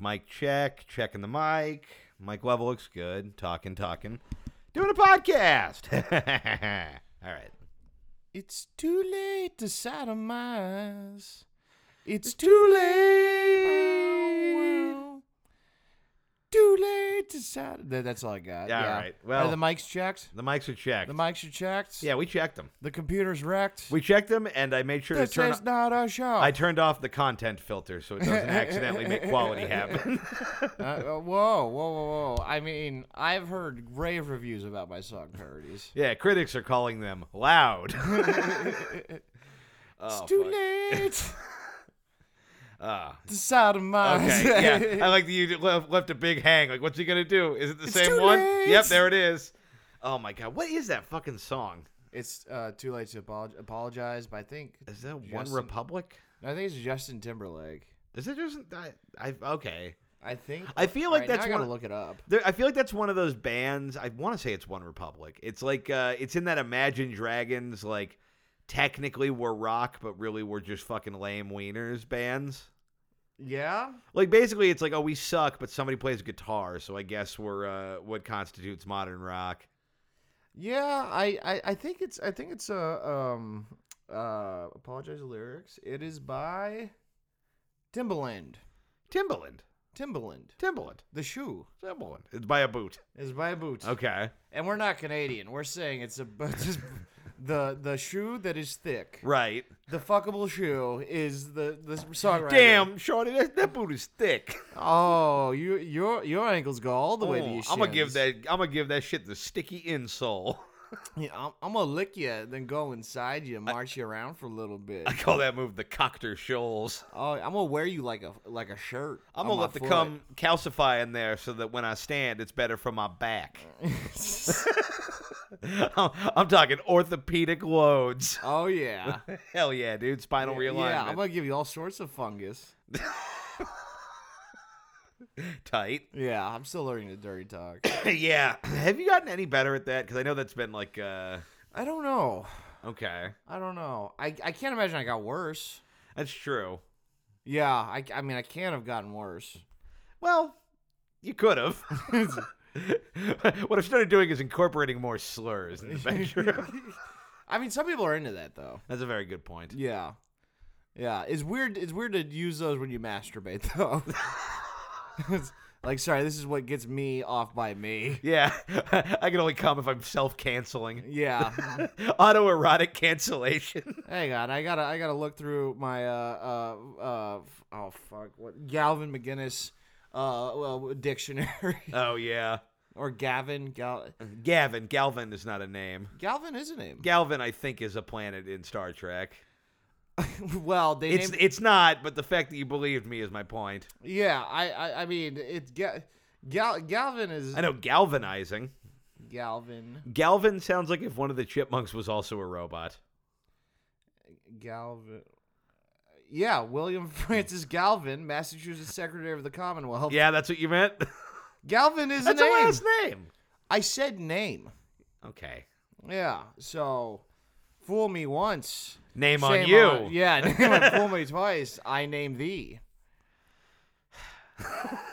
Mic check, checking the mic. Mic level looks good. Talking, talking. Doing a podcast. All right. It's too late to sodomize. It's too late. Too late to sodomize. That's all I got. Yeah, all yeah. right. Well- Are the mics checked. The mics are checked. The mics are checked. yeah, we checked them. The computer's wrecked. We checked them, and I made sure this to turn. is not a show. I turned off the content filter so it doesn't accidentally make quality happen. Uh, uh, whoa, whoa, whoa, whoa! I mean, I've heard rave reviews about my song parodies. yeah, critics are calling them loud. Oh, it's too fuck. late Ah, to sodomize. okay, yeah. I like that you left, left a big hang. Like, what's he gonna do? Is it the It's same too one? late. Yep, there it is. Oh my god, what is that fucking song? It's uh, too late to apolog- apologize, but I think Is that One Justin- Republic? I think it's Justin Timberlake. Is it just I, I okay? I think I feel like Alright, that's now I gotta one- look it up. There, I feel like that's one of those bands. I want to say it's One Republic. It's like uh, it's in that Imagine Dragons like technically we're rock, but really we're just fucking lame wieners bands. Yeah, Like basically, it's like oh we suck, but somebody plays guitar, so I guess we're uh, what constitutes modern rock. yeah. I, I, I think it's I think it's uh, um uh apologize the lyrics. It is by Timbaland. Timbaland, Timbaland. Timbaland, The shoe Timbaland. It's by a boot. is by Boots. Okay, And we're not Canadian. We're saying it's a just the the shoe that is thick. right. The fuckable shoe is the the songwriter. Damn, Shorty, that, that boot is thick. Oh, you your your ankles go all the way to your I'm gonna Oh, give shins. that. I'm gonna give that shit the sticky insole. Yeah, I'm, I'm gonna lick you, then go inside you, march you around for a little bit. I call that move the Cocter Shoals. Oh, I'm gonna wear you like a like a shirt. I'm on gonna my let the foot. cum calcify in there so that when I stand, it's better for my back. I'm, I'm talking orthopedic loads. Oh yeah, Hell yeah, dude! Spinal realignment, yeah. I'm gonna give you all sorts of fungus. tight. Yeah, I'm still learning the dirty talk. yeah. Have you gotten any better at that? Because I know that's been like, uh, I don't know. okay, I don't know. I I can't imagine I got worse. that's true. Yeah, I I mean I can't have gotten worse. Well, you could have. what I've started doing is incorporating more slurs in the bedroom. I mean, some people are into that though. that's a very good point. Yeah. Yeah, it's weird. It's weird to use those when you masturbate, though. It's like, sorry, this is what gets me off by me. Yeah, I can only come if I'm self-canceling. Yeah. Autoerotic cancellation. Hang on, I gotta, I gotta look through my, uh, uh, uh, f- oh fuck, what Galvin McGinnis, uh, well, dictionary oh yeah, or Gavin Gal. Gavin. Galvin is not a name. Galvin is a name. Galvin, I think, is a planet in Star Trek. well, they It's named. it's not, but the fact that you believed me is my point. yeah, I, I, I mean, it's Ga- Gal. Galvin is. I know galvanizing. Galvin. Galvin sounds like if one of the chipmunks was also a robot. Galvin. Yeah, William Francis Galvin, Massachusetts Secretary of the Commonwealth. Yeah, that's what you meant. Galvin is that's a a name. last name. I said name. Okay. Yeah. So, fool me once. Name on shame you. yeah. name on- fool me twice. I name thee.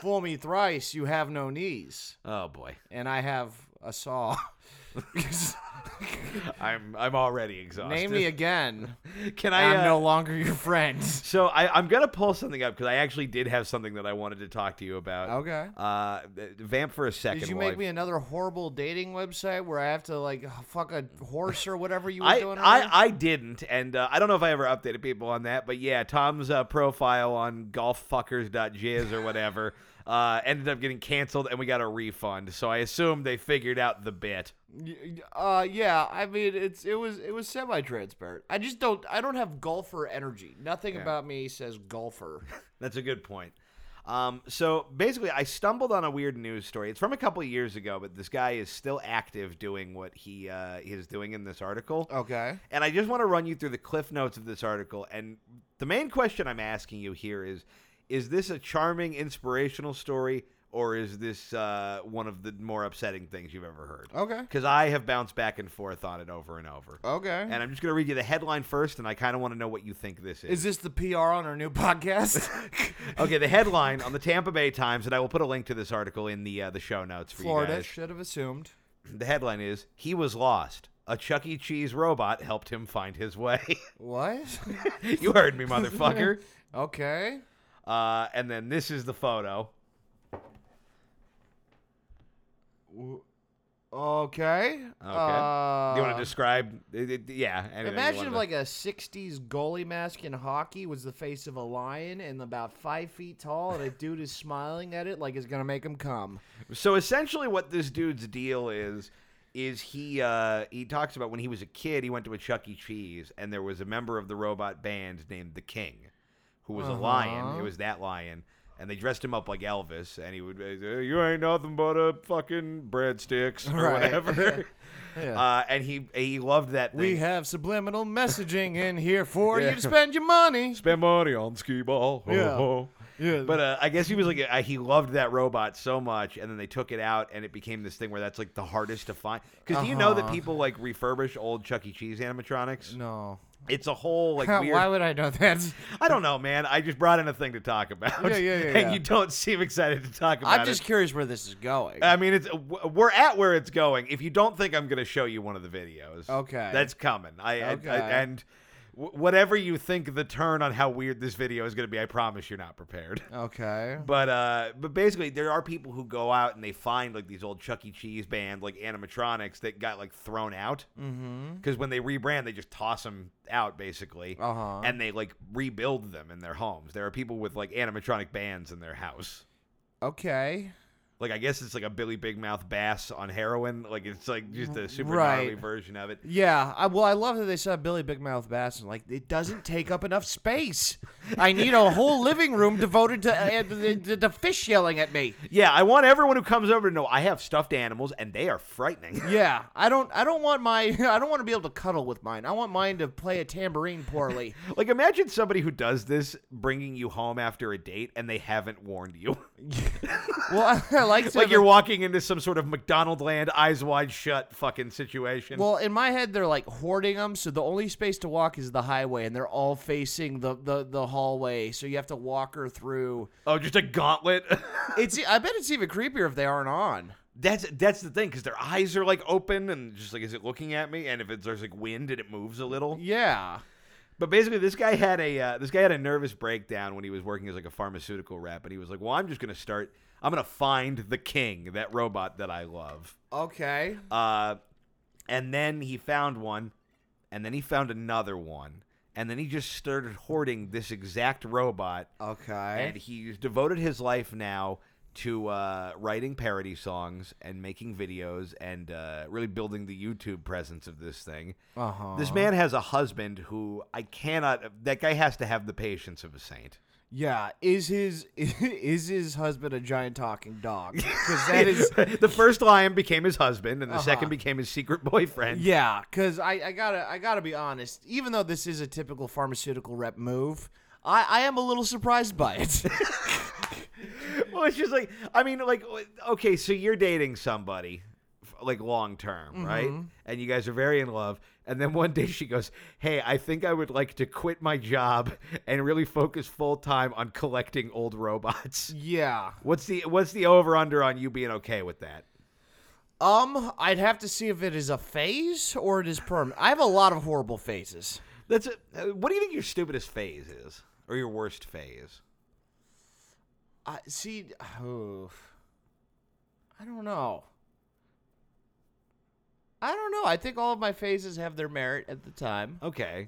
fool me thrice. You have no knees, Oh boy, and I have a saw. I'm I'm already exhausted. name me again. Can I, I? am uh, no longer your friend. So I, I'm gonna pull something up because I actually did have something that I wanted to talk to you about. Okay. Uh, th- vamp for a second. Did you while make me another horrible dating website where I have to like fuck a horse or whatever you were I, doing? I, earlier? I didn't, and uh, I don't know if I ever updated people on that, but yeah, Tom's uh, profile on golffuckers.jizz or whatever uh, ended up getting canceled, and we got a refund. So I assume they figured out the bit. Y- y- uh, yeah. I mean, it's it was it was semi transparent. I just don't I don't have golfer energy. Nothing about me says golfer. That's a good point. Um, so basically, I stumbled on a weird news story. It's from a couple of years ago, but this guy is still active doing what he uh, is doing in this Oh, article. Okay. And I just want to run you through the cliff notes of this article. And the main question I'm asking you here is is this a charming, inspirational story, or is this uh, one of the more upsetting things you've ever heard? Okay. Because I have bounced back and forth on it over and over. Oh. Okay. And I'm just going to read you the headline first, and I kind of want to know what you think this is this the PR on our new podcast? okay, the headline on the Tampa Bay Times, and I will put a link to this article in the uh, the show notes for you Florida guys. should have assumed. The headline is "He was lost. A Chuck E. Cheese robot helped him find his way." What? you heard me, motherfucker. okay. Uh, and then this is the photo. W- Okay. Okay. Uh, Do you want to describe? it- it- yeah. anything you Imagine if wanna- like a 60s goalie mask in hockey was the face of a lion and about five feet tall, and a dude is smiling at it like it's going to make him come. So essentially, what this dude's deal is is he uh, he talks about when he was a kid, he went to a Chuck E. Cheese, and there was a member of the robot band named the King, who was a lion. Uh-huh. It was that lion. And they dressed him up like Elvis, and he would, uh, you ain't nothing but a fucking breadsticks or Right. whatever. Yeah. uh, and he he loved that. Thing. we have subliminal messaging in here for Yeah. you to spend your money. spend money on skee ball. Ho, Yeah. ho. Yeah. But uh, I guess he was like uh, he loved that robot so much, and then they took it out, and it became this thing where that's like the hardest to find. Because do you know that Uh-huh. people like refurbish old Chuck E. Cheese animatronics? no. It's a whole like weird. Why would I know that? I don't know, man. I just brought in a thing to talk about. Yeah, yeah, yeah, And yeah. you don't seem excited to talk about I'm just it. Uh, curious where this is going. I mean, it's w- we're at where it's going. If you don't think I'm going to show you one of the videos, Okay. that's coming. I, I- I- Okay. and w- whatever you think the turn on how weird this video is going to be, I promise you're not prepared. okay. But uh, but basically, there are people who go out and they find like these old Chuck E. Cheese band like animatronics that got like thrown out Mm-hmm. because when they rebrand, they just toss them out basically, Uh huh. and they like rebuild them in their homes. There are people with like animatronic bands in their house. Okay. Like I guess it's like a Billy Big Mouth Bass on heroin. Like it's like just a super Right. gnarly version of it. Yeah. I, well, I love that they said Billy Big Mouth Bass and like it doesn't take up enough space. I need a whole living room devoted to uh, the, the, the fish yelling at me. Yeah, I want everyone who comes over to know I have stuffed animals and they are frightening. Yeah. I don't. I don't want my. I don't want to be able to cuddle with mine. I want mine to play a tambourine poorly. Like imagine somebody who does this bringing you home after a date and they haven't warned you. well, I, like to like have you're a- walking into some sort of McDonald land eyes wide shut fucking situation. Well, in my head, they're like hoarding them, so the only space to walk is the highway, and they're all facing the, the, the hallway, so you have to walk her through. oh, just a gauntlet. It's I bet it's even creepier if they aren't on. that's that's the thing cuz their eyes are like open and just like is it looking at me and if it's there's like wind and it moves a little. Yeah. But basically this guy had a uh, this guy had a nervous breakdown when he was working as like a pharmaceutical rep and he was like, "Well, I'm just going to start I'm going to find the king, that robot that I love." Okay. Uh, and then he found one, and then he found another one, and then he just started hoarding this exact robot. And Okay. he's devoted his life now to uh, writing parody songs and making videos and uh, really building the YouTube presence of this thing. Uh huh. This man has a husband who I cannot. That guy has to have the patience of a saint. Yeah. Is his is his husband a giant talking dog? Because that is. the first lion became his husband, and the Uh-huh. second became his secret boyfriend. Yeah, because I, I gotta I gotta be honest. Even though this is a typical pharmaceutical rep move, I, I am a little surprised by it. well, it's just like I mean, like okay, so you're dating somebody, f- like long term, Mm-hmm. right? And you guys are very in love, and then one day she goes, "Hey, I think I would like to quit my job and really focus full time on collecting old robots." yeah. What's the what's the over under on you being okay with that? Um, I'd have to see if it is a phase or it is permanent. I have a lot of horrible phases. That's a, uh, what do you think your stupidest phase is, or your worst phase? I see. Oh, I don't know. I don't know. I think all of my phases have their merit at the time. Okay,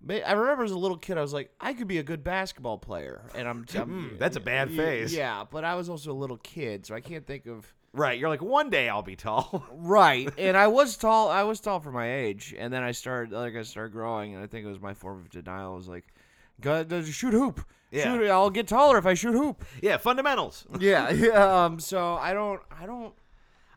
But I remember as a little kid, I was like, I could be a good basketball player, and I'm. I'm- Mm, that's a bad y- phase. Yeah, but I was also a little kid, so I can't think of. right. You're like one day I'll be tall. Right, and I was tall. I was tall for my age, and then I started like I started growing, and I think it was my form of denial. I was like, "God, uh, shoot hoop. Yeah. Shoot, I'll get taller if I shoot hoop." yeah, fundamentals. Yeah, yeah. Um, so I don't, I don't.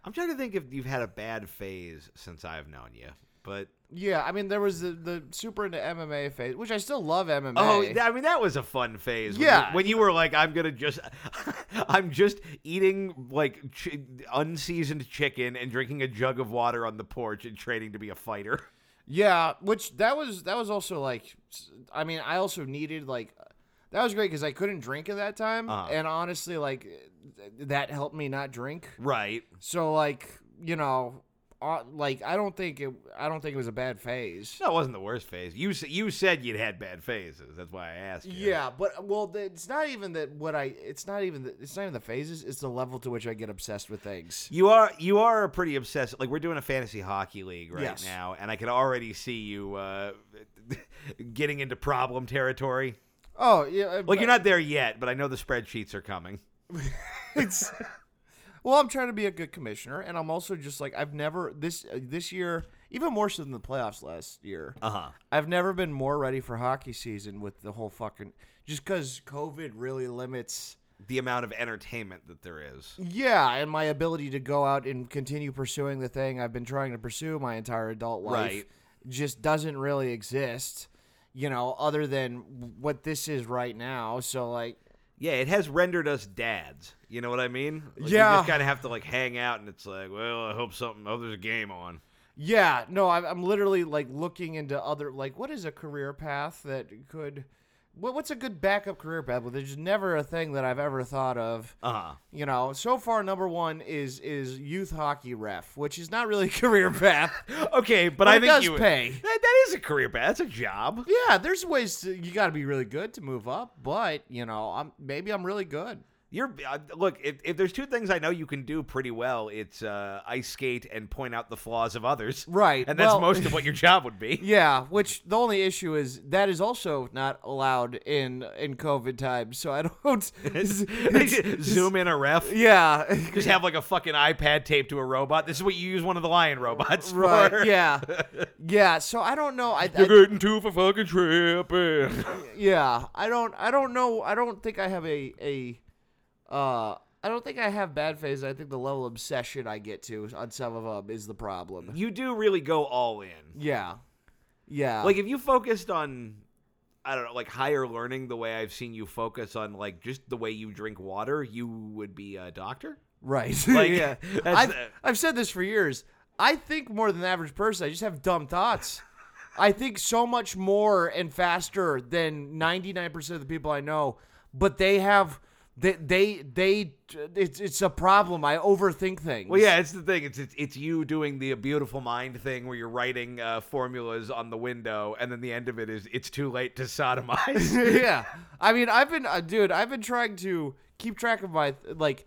I'm trying to think if you've had a bad phase since I've known you. But Yeah, I mean, there was the, the super into MMA phase, which I still love MMA. oh, th- I mean that was a fun phase. when you- Yeah. when you were like, I'm gonna just, I'm just eating like ch- unseasoned chicken and drinking a jug of water on the porch and training to be a fighter. yeah, which that was that was also like, s- I mean, I also needed like, that was great because I couldn't drink at that time, Uh-huh. and honestly, like, th- that helped me not drink. Right. So like, you know, uh, like I don't think it, I don't think it was a bad phase. That wasn't the worst phase. You s- you said you'd had bad phases. That's why I asked you. Yeah, but well, th- it's not even that. What I, it's not even the, it's not even the phases. It's the level to which I get obsessed with things. You are you are pretty obsessed. Like we're doing a fantasy hockey league right Yes. now, and I can already see you uh, getting into problem territory. Oh yeah, uh, Like but you're not there yet, but I know the spreadsheets are coming. It's well, I'm trying to be a good commissioner, and I'm also just like I've never this uh, this year, even more so than the playoffs last year. Uh huh. I've never been more ready for hockey season with the whole fucking just because COVID really limits. The amount of entertainment that there is. Yeah, and my ability to go out and continue pursuing the thing I've been trying to pursue my entire adult life Right. just doesn't really exist, you know, other than what this is right now. So like, Yeah, it has rendered us dads. You know what I mean? Like, You Yeah. just kind of have to like hang out, and it's like, well, I hope something. Oh, there's a game on. yeah, no, I'm, I'm literally like looking into other like what is a career path that could what, what's a good backup career path? Well, there's never a thing that I've ever thought of. Uh huh. you know, so far number one is is youth hockey ref, which is not really a career path. Okay, but, But I it think does you pay. That, that is a career path. That's a job. Yeah, there's ways to, you got to be really good to move up, but you know, I'm maybe I'm really good. You're uh, look. If, if there's two things I know you can do pretty well, it's uh, ice skate and point out the flaws of others. Right, and that's well- most of what your job would be. Yeah, which the only issue is that is also not allowed in in COVID times. So I don't. it's- it's- Zoom in a ref. yeah, Just have like a fucking iPad taped to a robot. This is what you use one of the lion robots for. right. Yeah, yeah. So I don't know. I, I getting two for fucking tripping. yeah i don't i don't know i don't think i have a a uh i don't think i have bad phases i think the level of obsession i get to on some of them is the problem You do really go all in. yeah yeah Like if you focused on, I don't know, like higher learning the way I've seen you focus on, like just the way you drink water, you would be a doctor. right like, yeah that's I've, the- I've said this for years i think more than the average person i just have dumb thoughts i think so much more and faster than 99% of the people i know but they have they they, they it's, it's a problem i overthink things Well, yeah, it's the thing. It's it's, it's you doing the beautiful mind thing where you're writing uh, formulas on the window, and then the end of it is it's too late to sodomize. yeah. I mean, I've been, uh, dude, I've been trying to keep track of my, like,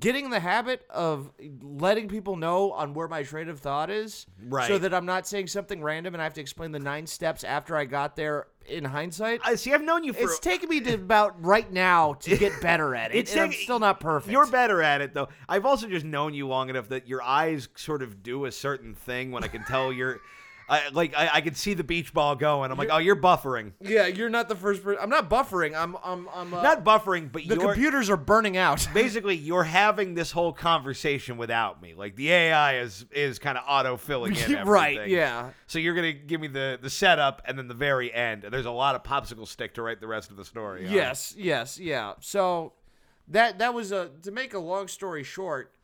getting the habit of letting people know on where my train of thought is. So Right. that I'm not saying something random and I have to explain the nine steps after I got there in hindsight. I see. I've known you for. it's taken me to about right now to get better at it. It's and I'm taken- still not perfect. you're better at it though. I've also just known you long enough that your eyes sort of do a certain thing when I can tell you're, I, like I, I can see the beach ball going. I'm like, oh, you're buffering, yeah, you're not the first person. I'm not buffering. I'm, I'm, I'm, uh, not buffering, but the you're computers are burning out. basically you're having this whole conversation without me. Like the AI is is kind of auto filling in everything. right. Yeah. So you're gonna give me the the setup and then the very end. And there's a lot of popsicle stick to write the rest of the story. on. Yes, yes, yeah. So that that was a to make a long story short.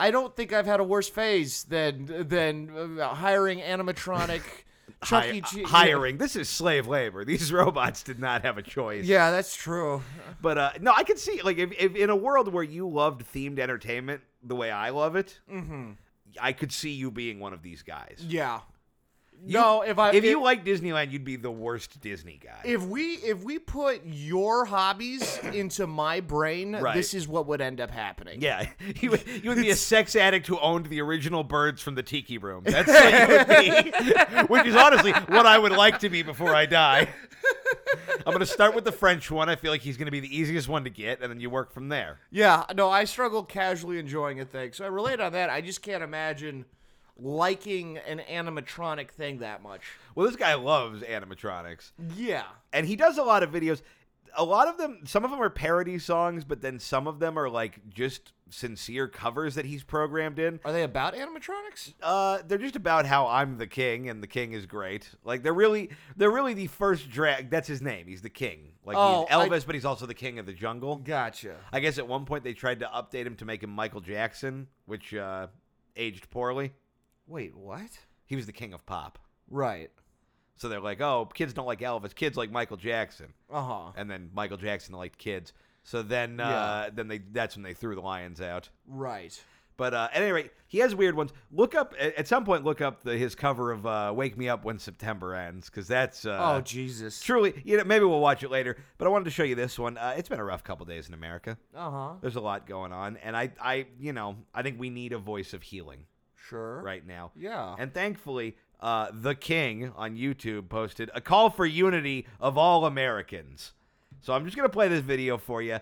I don't think I've had a worse phase than than uh, hiring animatronic Chuck Hi- E. Cheese. hiring. This is slave labor. These robots did not have a choice. Yeah, that's true. But uh, no, I can see like if, if in a world where you loved themed entertainment the way I love it, I could see you being one of these guys. Mm-hmm. Yeah. no, if I If you like Disneyland, you'd be the worst Disney guy. if we if we put your hobbies into my brain, Right. this is what would end up happening. yeah, you would, you would be a sex addict who owned the original birds from the tiki room. That's what you would be, which is honestly what I would like to be before I die. I'm gonna start with the French one. I feel like he's gonna be the easiest one to get, and then you work from there. Yeah, no, I struggle casually enjoying a thing. So I relate on that. I just can't imagine liking an animatronic thing that much. Well, this guy loves animatronics. Yeah. and he does a lot of videos. a lot of them, some of them are parody songs, but then some of them are like just sincere covers that he's programmed in. Are they about animatronics? Uh, they're just about how I'm the king and the king is great. Like they're really, they're really the first drag. That's his name. He's the king. Like Oh, he's I- Elvis, but he's also the king of the jungle. Gotcha. I guess at one point they tried to update him to make him Michael Jackson, which uh, aged poorly. Wait, what? He was the king of pop. Right. So they're like, oh, kids don't like Elvis. Kids like Michael Jackson. Uh huh. And then Michael Jackson liked kids. So then, uh, then they that's when they threw the lions out. Right. But uh, at any rate, he has weird ones. Look up at at some point. Look up the, his cover of uh, "Wake Me Up When September Ends" because that's oh uh, Jesus. truly. You know, maybe we'll watch it later. But I wanted to show you this one. Uh, it's been a rough couple days in America. Uh huh. There's a lot going on, and I, I, you know, I think we need a voice of healing Sure. right now. Yeah. And thankfully, uh, the King on YouTube posted a call for unity of all Americans. So I'm just gonna play this video for you.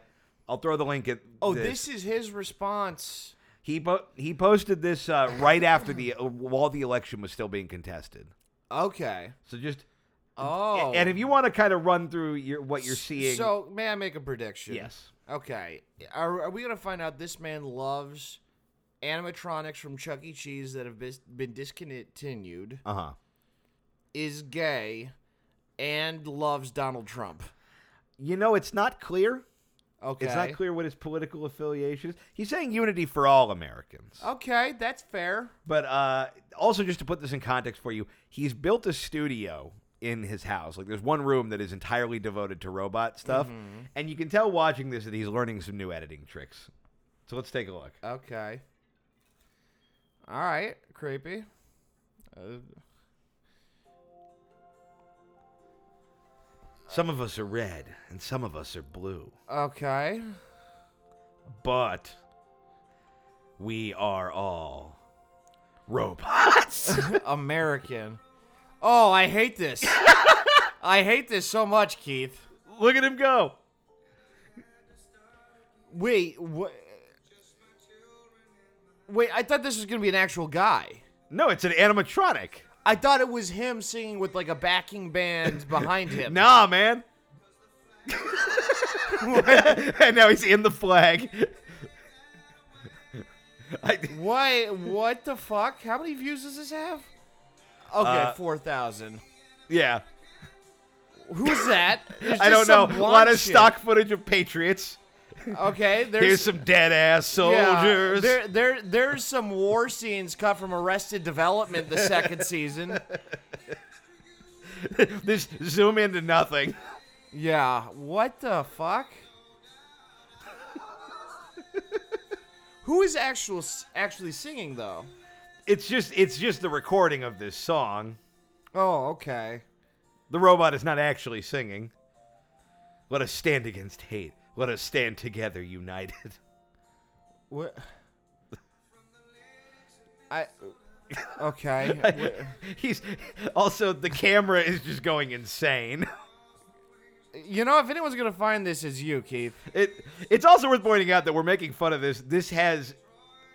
I'll throw the link at. oh, this. is his response. He po- he posted this uh, right after the uh, while the election was still being contested. Okay. So just Oh. and if you want to kind of run through your what you're seeing, So may I make a prediction? yes, Okay. Are, are we gonna find out this man loves animatronics from Chuck E. Cheese that have bis- been discontinued? uh huh, Is gay, and loves Donald Trump. you know it's not clear. Okay. It's not clear what his political affiliation is. He's saying unity for all Americans, Uh. Okay, that's fair. but uh, also just to put this in context for you, he's built a studio in his house. Like there's one room that is entirely devoted to robot stuff, Mm-hmm. and you can tell watching this that he's learning some new editing tricks. So let's take a look. Okay. All right, creepy. Uh, Some of us are red and some of us are blue, okay. but we are all robots. American. Oh, I hate this. I hate this so much, Keith. Look at him go. Wait, what? Wait, I thought this was gonna be an actual guy. No, it's an animatronic. I thought it was him singing with like a backing band behind him. Nah, man. and now he's in the flag. I, What? What the fuck? How many views does this have? Okay, Uh, four thousand. yeah. Who's that? There's I don't just know. some A lot blonde of shit. stock footage of Patriots. Okay, there's Here's some dead ass yeah, soldiers. there, there, there's some war scenes cut from Arrested Development, the second season. this zoom into nothing. Yeah, what the fuck? Who is actual actually singing though? It's just it's just the recording of this song. Oh, okay. The robot is not actually singing. Let us stand against hate. Let us stand together, united. What? I. Okay. He's also the camera is just going insane. you know, if anyone's gonna find this, it's you, Keith. It it's also worth pointing out that we're making fun of this. This has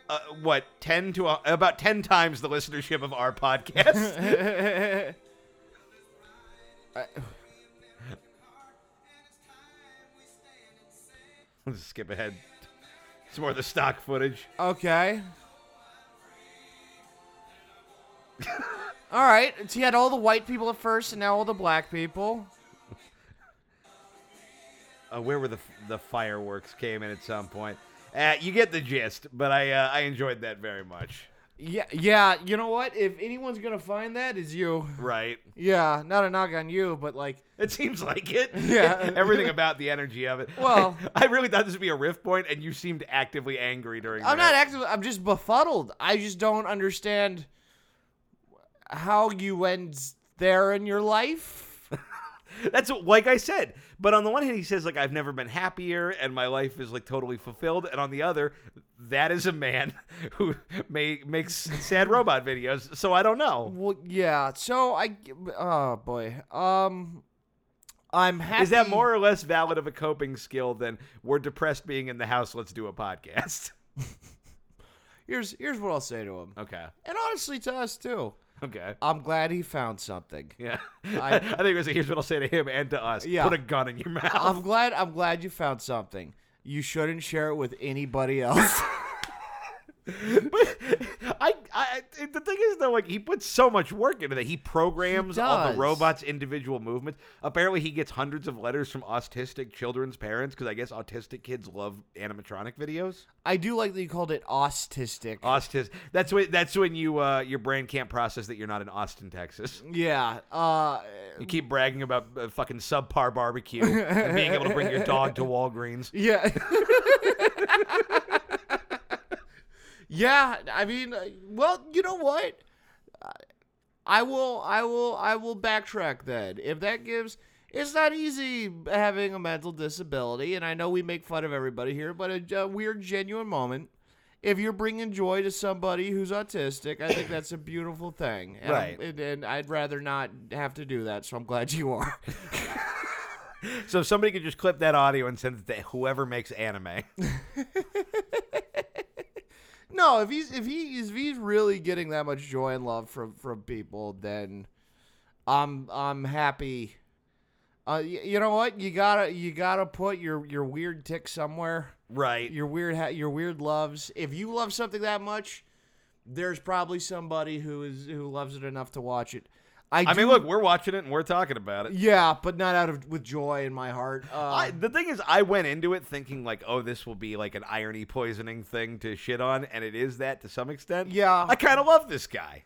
uh, what ten to uh, about ten times the listenership of our podcast. Let's skip ahead. Some more of the stock footage. Okay. all right. So you had all the white people at first, and now all the black people. uh, where were the the fireworks came in at some point. Uh, you get the gist, but I uh, I enjoyed that very much. Yeah, yeah. You know what? If anyone's gonna find that, is you. Right? Yeah, not a knock on you, but like, It seems like it. Yeah. Everything about the energy of it. Well- I, I really thought this would be a riff point, and you seemed actively angry during. I'm that. not active. I'm just befuddled. I just don't understand how you end there in your life. That's what- like I said. But on the one hand, he says like I've never been happier, and my life is like totally fulfilled. And on the other, that is a man who may makes sad robot videos. So I don't know. Well, yeah. So I. Oh boy. Um, I'm happy. Is that more or less valid of a coping skill than we're depressed being in the house? Let's do a podcast. Here's here's what I'll say to him, Okay. and honestly to us too. Okay. I'm glad he found something. Yeah. Uh, I- I, I think it was here's what I'll say to him and to us. Yeah. Put a gun in your mouth. I'm glad. I'm glad you found something. You shouldn't share it with anybody else. But I, I, I- the thing is though, like he puts so much work into that. He programs He all does. the robots' individual movements. Apparently, he gets hundreds of letters from autistic children's parents because I guess autistic kids love animatronic videos. I do like that you called it autistic. Autistic. That's when that's when you uh, your brain can't process that you're not in Austin, Texas. yeah. Uh, You keep bragging about uh, fucking subpar barbecue and being able to bring your dog to Walgreens. yeah. yeah. I mean, uh, well, you know what? I- I will. I will. I will backtrack then. If that gives. It's not easy having a mental disability, and I know we make fun of everybody here, but a, a weird, genuine moment. If you're bringing joy to somebody who's autistic, I think that's a beautiful thing. And I'm- Right. And, and I'd rather not have to do that, so I'm glad you are. So if somebody could just clip that audio and send it to whoever makes anime. No, if he's if he if he's really getting that much joy and love from from people, then I'm I'm happy. Uh, y- you know what? You gotta you gotta put your your weird tick somewhere. Right. Your weird ha- your weird loves. If you love something that much, there's probably somebody who is who loves it enough to watch it. I, I do, mean, look, we're watching it and we're talking about it. yeah, but not out of with joy in my heart. Uh, I, the thing is, I went into it thinking like, oh, this will be like an irony poisoning thing to shit on, and it is that to some extent. Yeah. I kind of love this guy.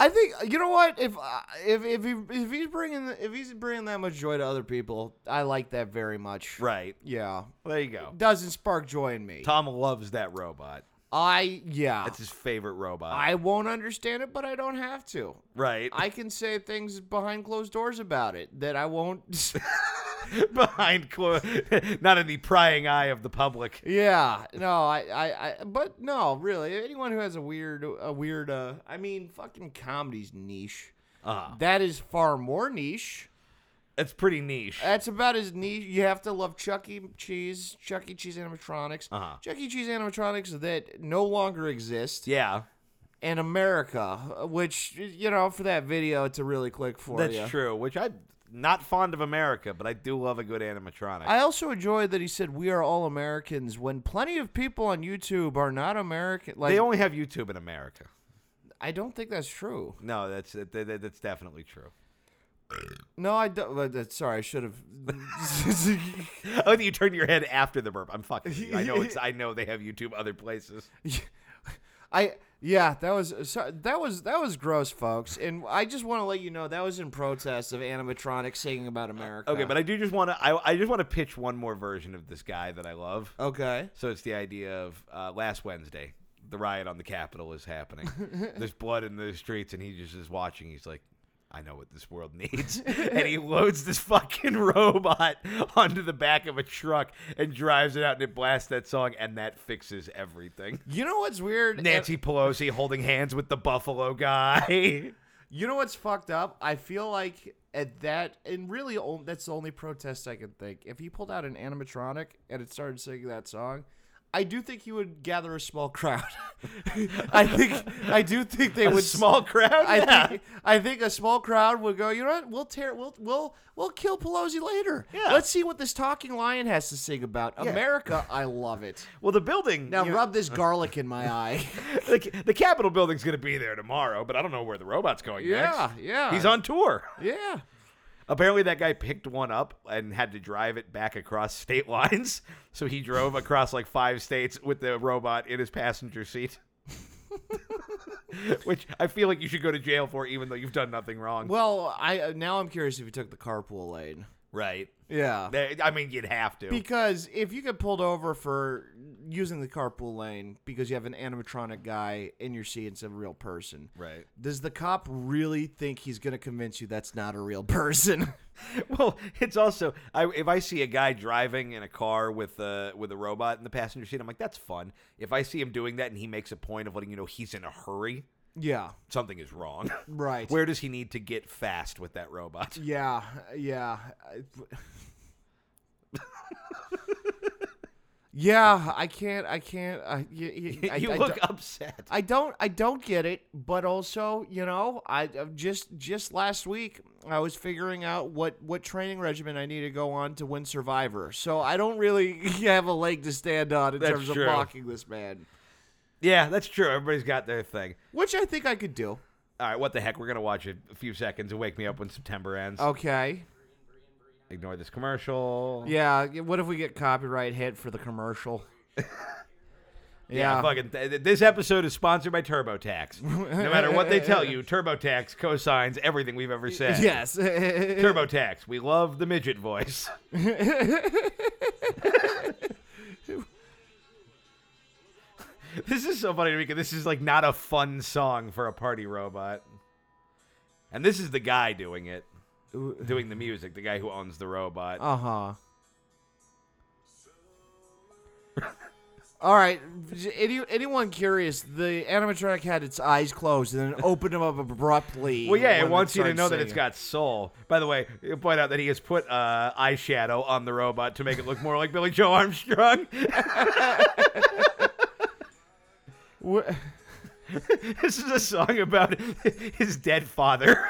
I think you know what if uh, if if he, if he's bringing if he's bringing that much joy to other people, I like that very much. Right Yeah, there, you go. doesn't spark joy in me. Tom loves that robot. I yeah, That's his favorite robot. I won't understand it, but I don't have to. right I can say things behind closed doors about it that I won't. behind clo- not in the prying eye of the public. yeah, no, I, I, I, but no, really, anyone who has a weird, a weird, uh, I mean, fucking comedy's niche. Uh, That is far more niche. it's pretty niche. That's about as niche. You have to love Chuck E. Cheese, Chuck E. Cheese animatronics, Uh-huh. Chuck E. Cheese animatronics that no longer exist, yeah, and America, which you know for that video, it's a really click for that's you. true. Which I'm not fond of America, but I do love a good animatronic. I also enjoyed that he said we are all Americans when plenty of people on YouTube are not American. Like they only have YouTube in America. I don't think that's true. No, that's that, that, that's definitely true. No, I don't. but that- Sorry, I should have. I like Oh, that you turned your head after the burp. I'm fucking. with you. I know it's. I know they have YouTube other places. I yeah, that was so, that was that was gross, folks. And I just want to let you know that was in protest of animatronics singing about America. Uh, Okay, but I do just want to. I, I just want to pitch one more version of this guy that I love. Uh. okay, So it's the idea of uh, last Wednesday, the riot on the Capitol is happening. There's blood in the streets, and he just is watching. He's like. I know what this world needs. and he loads this fucking robot onto the back of a truck and drives it out and it blasts that song and that fixes everything. you know what's weird? Nancy Pelosi holding hands with the Buffalo guy. you know what's fucked up? I feel like at that, and really, on- that's the only protest I can think. If he pulled out an animatronic and it started singing that song. I do think he would gather a small crowd. I think I do think they a would small crowd. I yeah. think I think a small crowd would go. You know what? We'll tear. We'll we'll we'll kill Pelosi later. Yeah. Let's see what this talking lion has to sing about America. I love it. well, the building Now you know, rub this garlic in my eye. the, the Capitol building's going to be there tomorrow, but I don't know where the robot's going yeah, next. yeah. He's on tour. Yeah. Apparently, that guy picked one up and had to drive it back across state lines. So he drove across like five states with the robot in his passenger seat. Which I feel like you should go to jail for, even though you've done nothing wrong. Well, I uh, now I'm curious if you took the carpool lane. Right. Yeah. They- I mean, you'd have to. Because if you get pulled over for using the carpool lane because you have an animatronic guy in your seat, it's a real person. Right. Does the cop really think he's going to convince you that's not a real person? Well, it's also I, if I see a guy driving in a car with a with a robot in the passenger seat, I'm like, that's fun. If I see him doing that and he makes a point of letting you know he's in a hurry, yeah. something is wrong. Right. Where does he need to get fast with that robot? Yeah, yeah. I- Yeah, I can't. I can't. I, you I, you I look don't- upset. I don't. I don't get it. But also, you know, I I'm just just last week I was figuring out what what training regimen I need to go on to win Survivor. So I don't really have a leg to stand on in That's terms true. of blocking this man, yeah, that's true. Everybody's got their thing. which I think I could do. All right, what the heck? We're gonna watch it a few seconds and wake me up when September ends. Oh. Okay. Ignore this commercial. Yeah. What if we get copyright hit for the commercial? yeah. Fucking Ah, th- th- this episode is sponsored by TurboTax. No matter what they tell you, TurboTax cosigns everything we've ever said. Yes. TurboTax, we love the midget voice. this is so funny to me 'cause this is like not a fun song for a party robot. And this is the guy doing it, doing the music, the guy who owns the robot. Uh huh. All right. j- Any, anyone curious? The animatronic had its eyes closed and then opened them up abruptly. Well, yeah, when it wants you to started know that it's singing. got soul. By the way, you point out that he has put uh, eyeshadow on the robot to make it look more like Billy Joe Armstrong. Wha- this is a song about his dead father.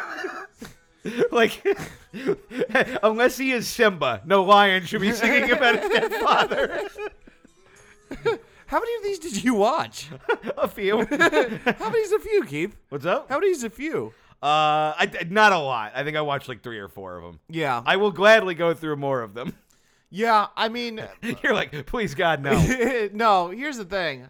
like, unless he is Simba, no lion should be singing about his dead father. How many of these did you watch? a few. How many's a few, Keith? What's up? Uh, How many's a few? I, not a lot. I think I watched like three or four of them. Yeah. I will gladly go through more of them. yeah. I mean, You're like, please God, no. no. Here's the thing.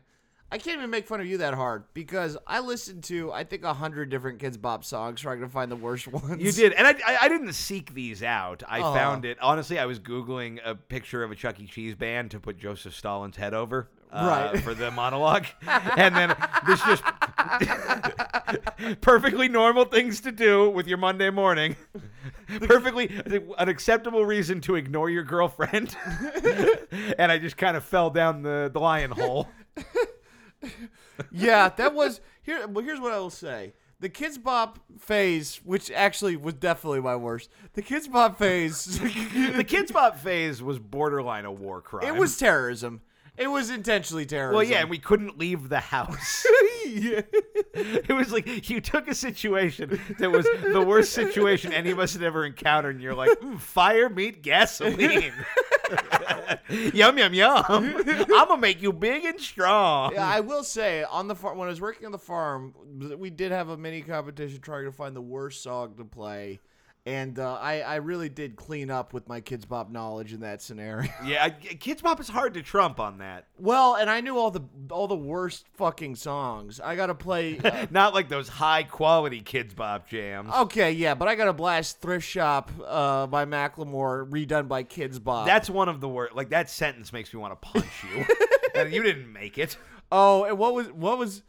I can't even make fun of you that hard because I listened to I think a hundred different Kids Bop songs trying to find the worst ones. You did, and I, I, I didn't seek these out. I Uh-huh. found it honestly. I was googling a picture of a Chuck E. Cheese band to put Joseph Stalin's head over, uh, Right. for the monologue, and then this just perfectly normal things to do with your Monday morning. Perfectly an acceptable reason to ignore your girlfriend, and I just kind of fell down the, the lion hole. yeah, that was here. Well, here's what I will say: the Kids Bop phase, which actually was definitely my worst. The Kids Bop phase, The kids' pop phase was borderline a war crime. it was terrorism. It was intentionally terrorism. Well, yeah, and we couldn't leave the house. It was like you took a situation that was the worst situation any of us had ever encountered, and you're like, "Mm, fire, meat, gasoline. yum, yum, yum. I'm going to make you big and strong. Yeah, I will say on the farm when I was working on the farm, we did have a mini competition trying to find the worst song to play, and uh, I I really did clean up with my Kids Bop knowledge in that scenario. Yeah, I- Kids Bop is hard to trump on that. well, and I knew all the all the worst fucking songs. I got to play. uh, Not like those high quality Kids Bop jams. Okay, yeah, but I got to blast Thrift Shop uh, by Macklemore, redone by Kids Bop. That's one of the worst. Like, that sentence makes me want to punch you. and you didn't make it. oh, and what was what was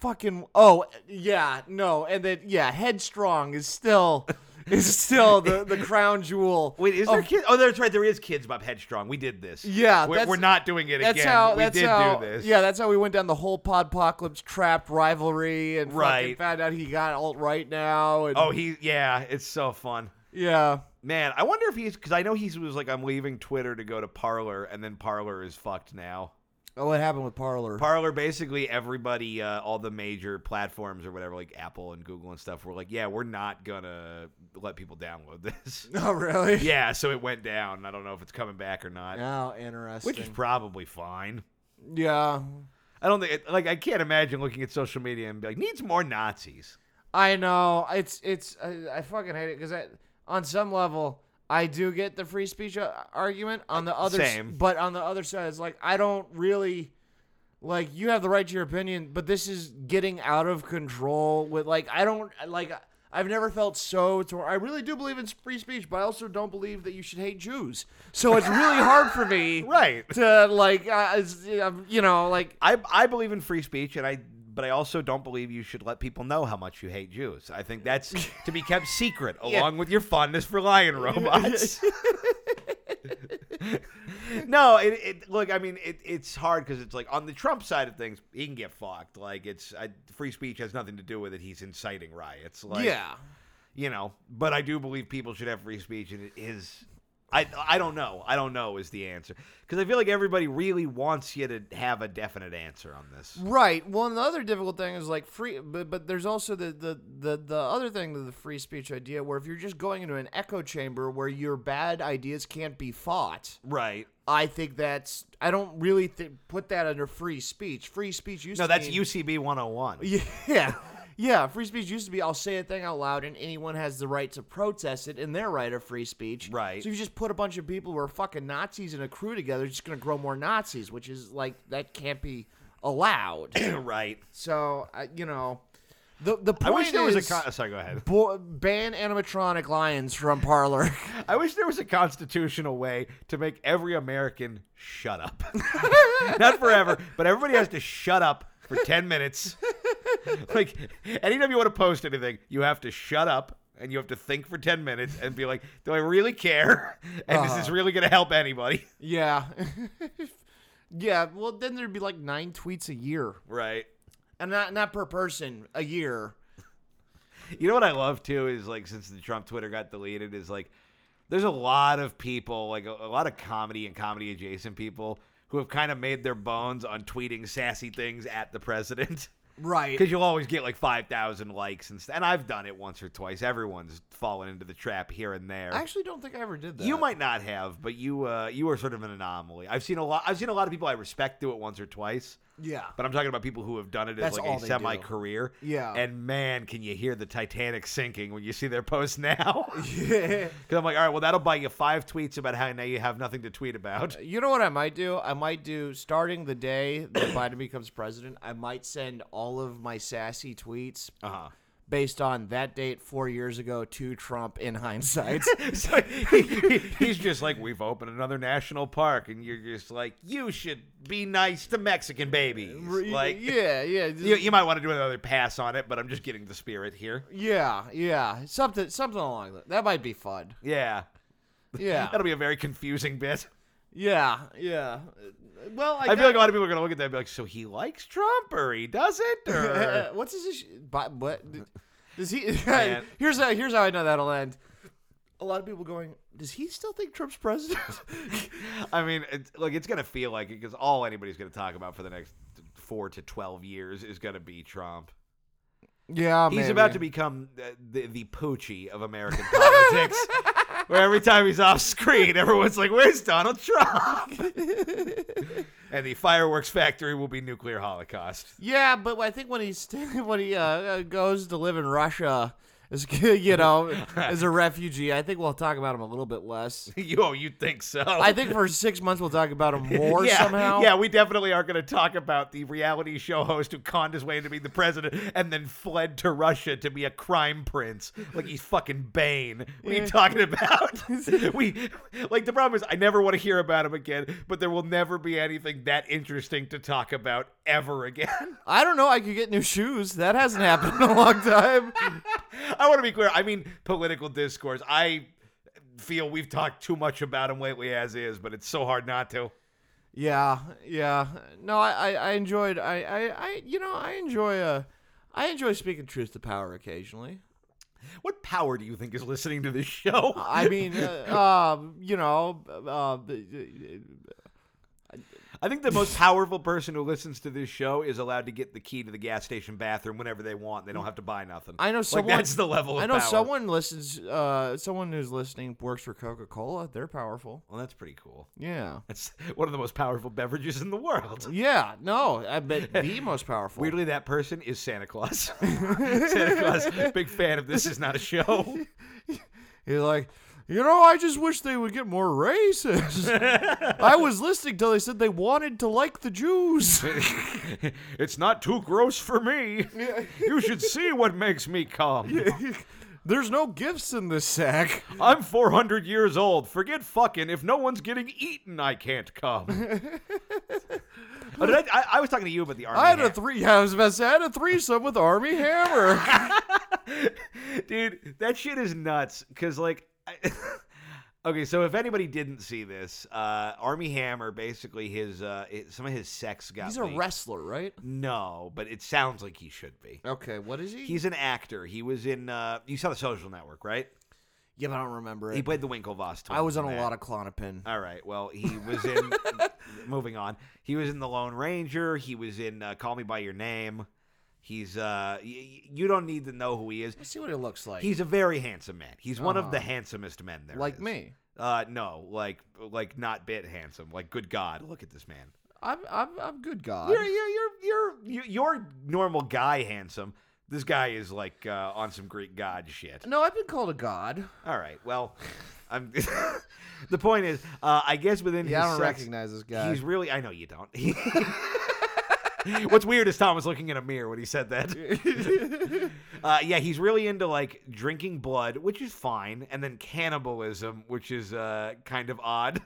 fucking oh yeah no, and then yeah, Headstrong is still is still the the crown jewel. Wait, is of- there kids? Oh, that's right. There is kids Bob Headstrong. We did this. Yeah, we're, that's- we're not doing it That's again. how. we That's did how. do this. Yeah, that's how we went down the whole Podpocalypse trap rivalry and fucking Right. found out he got alt right now. And, Oh, he. Yeah, it's so fun, yeah. man. I wonder if he's because I know he was like, I'm leaving Twitter to go to Parlor, and then Parlor is fucked now. Oh, what happened with Parlor? Parlor, basically everybody, uh, all the major platforms or whatever, like Apple and Google and stuff, were like, yeah, we're not gonna let people download this. oh, really? yeah, so it went down. I don't know if it's coming back or not, Oh, interesting. which is probably fine. yeah. I don't think, it, like, I can't imagine looking at social media and be like, needs more Nazis. I know it's it's I, I fucking hate it because I on some level I do get the free speech a- argument on the other s- Same. but on the other side it's like I don't really like you have the right to your opinion but this is getting out of control with like I don't like I've never felt so tor- I really do believe in free speech but I also don't believe that you should hate Jews so it's really hard for me Right. to like uh, it's, uh, you know like I I believe in free speech, and I but I also don't believe you should let people know how much you hate Jews. I think that's to be kept secret, Yeah. along with your fondness for lion robots. no, it, it look. I mean, it, it's hard because it's like on the Trump side of things, he can get fucked. Like it's I, free speech has nothing to do with it. He's inciting riots. Like, yeah you know. But I do believe people should have free speech, and it is I I don't know. I don't know is the answer because I feel like everybody really wants you to have a definite answer on this. Right. Well, and the other difficult thing is like free, but but there's also the the the, the other thing to the free speech idea, where if you're just going into an echo chamber where your bad ideas can't be fought, Right. I think that's I don't really th- put that under free speech. Free speech used No, to that's mean- UCB 101. Yeah. Yeah, free speech used to be I'll say a thing out loud and anyone has the right to protest it in their right of free speech. Right. So if you just put a bunch of people who are fucking Nazis in a crew together, it's just going to grow more Nazis, which is like, that can't be allowed. right. so, I you know, the, the point I wish there is was a con- sorry. Go ahead. bo- ban animatronic lions from Parlor. I wish there was a constitutional way to make every American shut up. Not forever, but everybody has to shut up for 10 minutes. Like, anytime you want to post anything, you have to shut up and you have to think for 10 minutes and be like, do I really care? And is this really going to help anybody? yeah. yeah, well, then there'd be like nine tweets a year. Right. And not, not per person, a year. You know what I love too is like since the Trump Twitter got deleted is like there's a lot of people like a, a lot of comedy and comedy adjacent people who have kind of made their bones on tweeting sassy things at the president Right. because you'll always get like 5,000 likes and st- and I've done it once or twice. Everyone's fallen into the trap here and there. I actually don't think I ever did that. you might not have, but you uh, you are sort of an anomaly. I've seen a lot. I've seen a lot of people I respect do it once or twice. Yeah. But I'm talking about people who have done it as That's all like a they do. semi career. Yeah. And man, can you hear the Titanic sinking when you see their post now? Because Yeah. I'm like, all right, well, that'll buy you five tweets about how now you have nothing to tweet about. You know what I might do? I might do starting the day that Biden becomes president. I might send all of my sassy tweets Uh huh. based on that date four years ago to Trump in hindsight. So he- he- he's just like, we've opened another national park, and you're just like, you should be nice to Mexican babies. Like, Uh, yeah, yeah, you, you might want to do another pass on it, but I'm just getting the spirit here. yeah, yeah. Something, something along that. That might be fun. Yeah. Yeah, That'll be a very confusing bit. yeah, yeah. Well, I, I feel like a got- lot of people are going to look at that and be like, so he likes Trump or he doesn't? Or. what's his issue? Bi- What does he? Man. here's how. Here's how I know that'll end. A lot of people going. Does he still think Trump's president? I mean, it's, look, it's going to feel like it because all anybody's going to talk about for the next four to 12 years is going to be Trump. Oh, Yeah, He's about to become the, the, the Poochie of American politics, where every time he's off screen, everyone's like, where's Donald Trump? and the fireworks factory will be nuclear holocaust. Yeah, but I think when he st- when he uh, uh, goes to live in Russia, as you know, as a refugee, I think we'll talk about him a little bit less. you, oh, you think so? I think for six months we'll talk about him more yeah, somehow. Yeah, we definitely are going to talk about the reality show host who conned his way into being the president and then fled to Russia to be a crime prince. Like he's fucking Bane. What are you talking about? we like the problem is I never want to hear about him again, but there will never be anything that interesting to talk about ever again. I don't know. I could get new shoes. That hasn't happened in a long time. I want to be clear. I mean political discourse. I feel we've talked too much about him lately as is, but it's so hard not to. Yeah, yeah. No, I, I, I enjoyed. I, I, I, you know, I enjoy. Uh, I enjoy speaking truth to power occasionally. What power do you think is listening to this show? I mean, uh, um, you know, uh, I think the most powerful person who listens to this show is allowed to get the key to the gas station bathroom whenever they want. They don't have to buy nothing. I know Like, someone. that's the level. Of I know power. someone listens. Uh, someone who's listening works for Coca Cola. They're powerful. Well, that's pretty cool. Yeah. That's one of the most powerful beverages in the world. Yeah. No, I bet the most powerful. Weirdly, that person is Santa Claus. Santa Claus, big fan of this is not a show. He's like, you know, I just wish they would get more racist. I was listening till they said they wanted to like the Jews. it's not too gross for me. You should see what makes me come. There's no gifts in this sack. I'm 400 years old. Forget fucking. If no one's getting eaten, I can't come. Oh, did I, I, I was talking to you about the army. I had a hat. three. I was about to say, I had a threesome with Army Hammer. dude that shit is nuts because like I, okay so if anybody didn't see this uh army hammer basically his uh it- some of his sex got He's a leaked. wrestler, right? no but it sounds like he should be Okay, what is he? he's an actor he was in uh you saw the social network right Yeah, but I don't remember He it. played the Winklevoss. I was on twins in a that. lot of Clonopin. All right. Well, he was in. moving on. He was in The Lone Ranger. He was in uh, Call Me by Your Name. He's. Uh, y- y- you don't need to know who he is. Let's see what it looks like. He's a very handsome man. He's one of Uh-huh. the handsomest men there. like is. me. Uh, no, like like not bit handsome. Like good God, look at this man. I'm I'm I'm good God. You're you're you're you're you're, you're normal guy handsome. This guy is like uh, on some Greek god shit. No, I've been called a god. All right. Well, I'm. the point is, uh, I guess within Yeah, I his don't sex, recognize this guy. he's really. I know you don't. What's weird is Tom was looking in a mirror when he said that. uh, yeah, he's really into like drinking blood, which is fine, and then cannibalism, which is uh, kind of odd.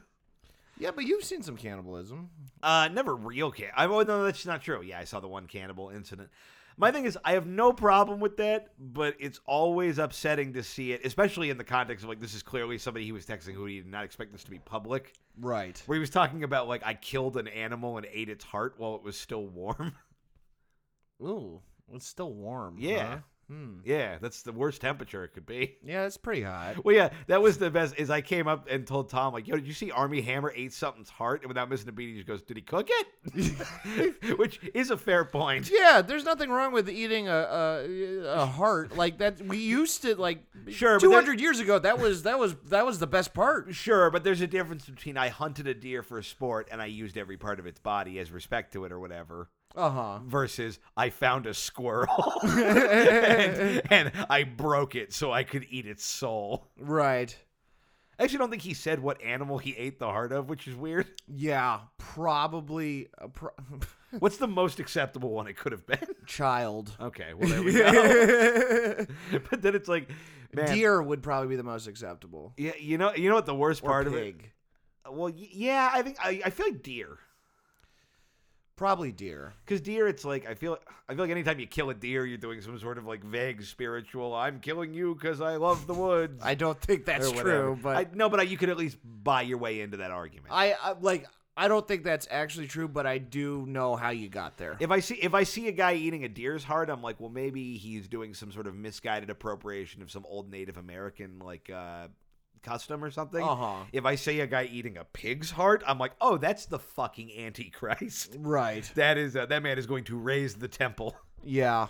yeah, but you've seen some cannibalism. Uh, never real can. I oh no, that's not true. Yeah, I saw the one cannibal incident. My thing is, I have no problem with that, but it's always upsetting to see it, especially in the context of like this is clearly somebody he was texting who he did not expect this to be public. Right. Where he was talking about like I killed an animal and ate its heart while it was still warm. Ooh, it's still warm. Yeah. huh? Hmm. yeah, that's the worst temperature it could be. Yeah, it's pretty hot. Well, yeah, that was the best. Is I came up and told Tom like, "Yo, did you see Army Hammer ate something's heart?" And without missing a beat, he just goes, "Did he cook it?" Which is a fair point. Yeah, there's nothing wrong with eating a a, a heart like that. We used to like Sure, but that- 200 years ago. That was that was that was the best part. Sure, but there's a difference between I hunted a deer for sport and I used every part of its body as respect to it or whatever, Uh Uh-huh. huh. versus I found a squirrel and, and I broke it so I could eat its soul. Right. I actually don't think he said what animal he ate the heart of, which is weird. Yeah, probably a pro- What's the most acceptable one it could have been? child. Okay, well, there we go. but then it's like, man. Deer would probably be the most acceptable. Yeah, you know, you know what the worst Or part pig. of it. Well, y- yeah, I think I, I feel like deer. Probably deer. Because deer, it's like I feel. I feel like anytime you kill a deer, you're doing some sort of like vague spiritual. I'm killing you because I love the woods. I don't think that's or whatever. true, but I, no, but I, you could at least buy your way into that argument. I, I like I don't think that's actually true, but I do know how you got there. if I see if I see a guy eating a deer's heart, I'm like, well, maybe he's doing some sort of misguided appropriation of some old Native American like uh, custom or something. Uh-huh. If I see a guy eating a pig's heart, I'm like, oh, that's the fucking Antichrist. Right. That is uh, that man is going to raise the temple. Yeah.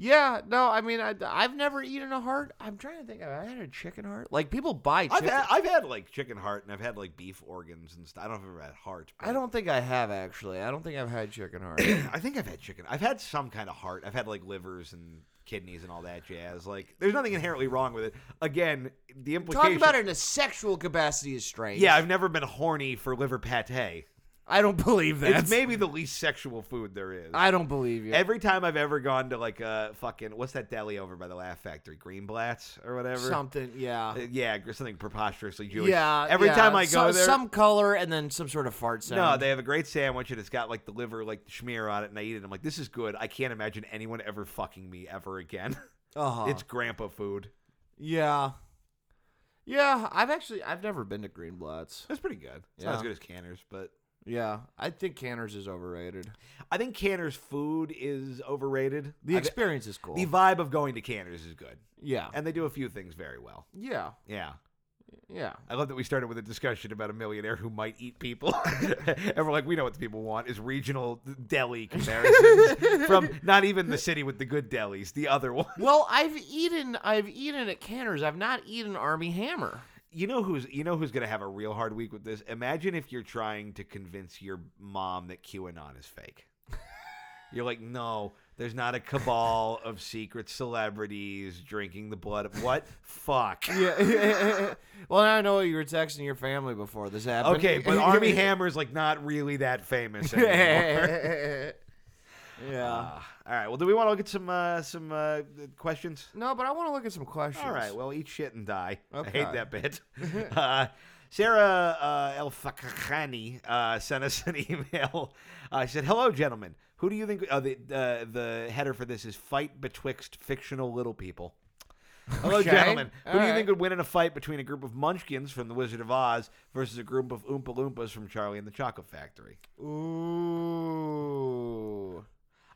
yeah, no, I mean I I've never eaten a heart. I'm trying to think I've had a chicken heart. Like people buy I've chicken. had, I've had like chicken heart and I've had like beef organs and stuff. I don't know if I've ever had heart. but- I don't think I have actually. I don't think I've had chicken heart. I think I've had chicken. I've had some kind of heart. I've had like livers and kidneys and all that jazz. Like, there's nothing inherently wrong with it. Again, the Talk implication. about it in a sexual capacity is strange. Yeah, I've never been horny for liver pate. I don't believe that. It's maybe the least sexual food there is. I don't believe you. Every time I've ever gone to like a fucking what's that deli over by the Laugh Factory, Greenblatt's or whatever. Something, yeah. Uh, yeah, or something preposterously Jewish. Yeah. Every yeah. time I So- go there, some color and then some sort of fart sound. No, they have a great sandwich and it's got like the liver, like the schmear on it, and I eat it. I'm like, this is good. I can't imagine anyone ever fucking me ever again. uh-huh. It's grandpa food. yeah, yeah. I've actually I've never been to Greenblatt's. That's pretty good. It's not as Yeah. good as Canner's, but Yeah, I think Canner's is overrated. I think Canner's food is overrated. The I thi- experience is cool. the vibe of going to Canner's is good, yeah, and they do a few things very well. yeah, Yeah, yeah. I love that we started with a discussion about a millionaire who might eat people, and we're like, we know what the people want is regional deli comparisons from not even the city with the good delis, the other one. Well, I've eaten I've eaten at Canner's. I've not eaten Army Hammer. You know who's you know who's gonna have a real hard week with this. Imagine if you're trying to convince your mom that QAnon is fake. you're like, no, there's not a cabal of secret celebrities drinking the blood of what? Fuck. Yeah. well, now I know you were texting your family before this happened. Okay, but Army Hammer's like not really that famous anymore. yeah. Ah, all right. Well, do we want to look at some uh, some uh, questions? no, but I want to look at some questions. All right. Well, eat shit and die. I hate Okay. that bit. uh, Sarah uh, El Fakhani uh, sent us an email. Uh, she said, "Hello, gentlemen. Who do you think?" Uh, the uh, the header for this is "Fight Betwixt Fictional Little People." Hello, Okay. gentlemen. Who do you All think right. would win in a fight between a group of Munchkins from The Wizard of Oz versus a group of Oompa Loompas from Charlie and the Chocolate Factory? Ooh.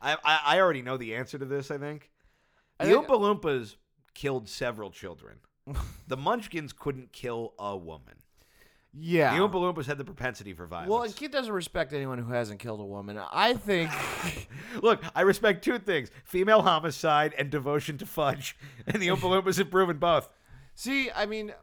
I I, I already know the answer to this. I think the I think- Oompa Loompas killed several children. the Munchkins couldn't kill a woman. The Yeah. Oompa Loompas had the propensity for violence. Well, and Kid doesn't respect anyone who hasn't killed a woman. I think. Look, I respect two things: female homicide and devotion to fudge. And the Oompa Loompas have proven both. see, I mean,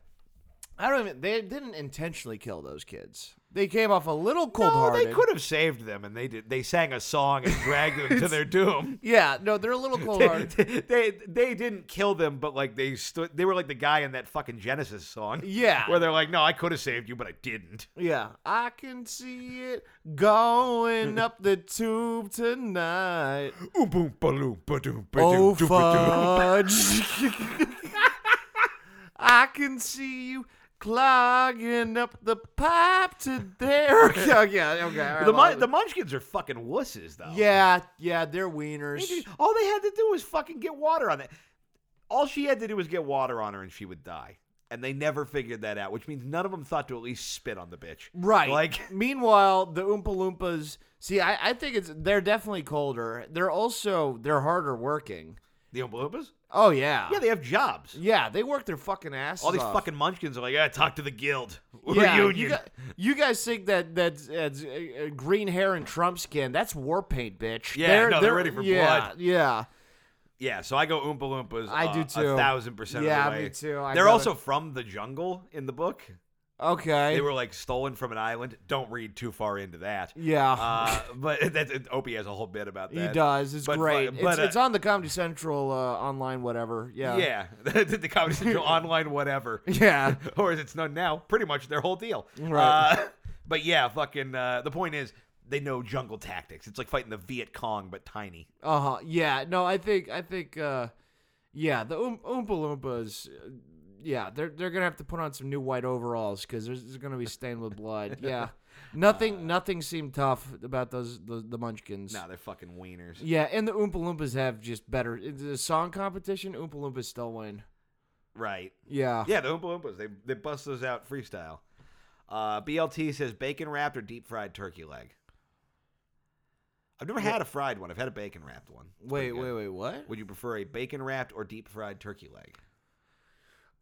I don't even. They didn't intentionally kill those kids. They came off a little cold No, hearted. Oh, they could have saved them, and they did. They sang a song and dragged them to their doom. Yeah, no, they're a little cold They, hearted. they they didn't kill them, but like they stood. They were like the guy in that fucking Genesis song. Yeah. where they're like, "No, I could have saved you, but I didn't." Yeah, I can see it going up the tube tonight. Oompa loompa doompa Oh doom, doopa doom. fudge! I can see you clogging up the pipe to there. yeah, yeah, okay. all right, The, well, Mun- the Munchkins are fucking wusses, though. yeah, yeah, they're They wieners. did- All they had to do was fucking get water on it. All she had to do was get water on her and she would die. And they never figured that out, which means none of them thought to at least spit on the bitch. Right. Like, meanwhile, the Oompa Loompas. See, I, I think it's they're definitely colder. They're also they're harder working. the Oompa Loompas? Oh yeah. Yeah, they have jobs. Yeah, they work their fucking asses All these off. fucking munchkins are like, ah, talk to the guild. Or yeah, union. You, gu- you guys think that that that's, uh, uh, green hair and Trump skin? That's war paint, bitch. Yeah, no, they're ready for yeah, blood. Yeah, yeah, so I go Oompa Loompas. I uh, do A too. thousand percent Yeah, of the way. me too. I They're gotta- also from the jungle in the book. okay. They were like stolen from an island. Don't read too far into that. yeah, Uh, but that, Opie has a whole bit about he that. does. It's but- great. but- it's, uh, it's on the Comedy Central uh, online, whatever. Yeah, Yeah, the, the Comedy Central online whatever, yeah. or as it's known now, pretty much their whole deal. Right. Uh, but yeah, fucking. Uh, the point is, they know jungle tactics. It's like fighting the Viet Cong but tiny. Uh huh. Yeah. No, I think I think. uh Yeah, the Oom- Oompa Loompas. uh, Yeah, they're they're gonna have to put on some new white overalls because there's, there's gonna be stained with blood. Yeah. Nothing, nothing seemed tough about those the, the Munchkins. No, they're fucking wieners. Yeah, and the Oompa Loompas have just better the song competition. Oompa Loompas still win. Right. Yeah. Yeah, the Oompa Loompas. They they bust those out freestyle. Uh, BLT says bacon wrapped or deep fried turkey leg. I've never had a fried one. I've had a bacon wrapped one. It's pretty Wait, good. wait, wait. What? Would you prefer a bacon wrapped or deep fried turkey leg?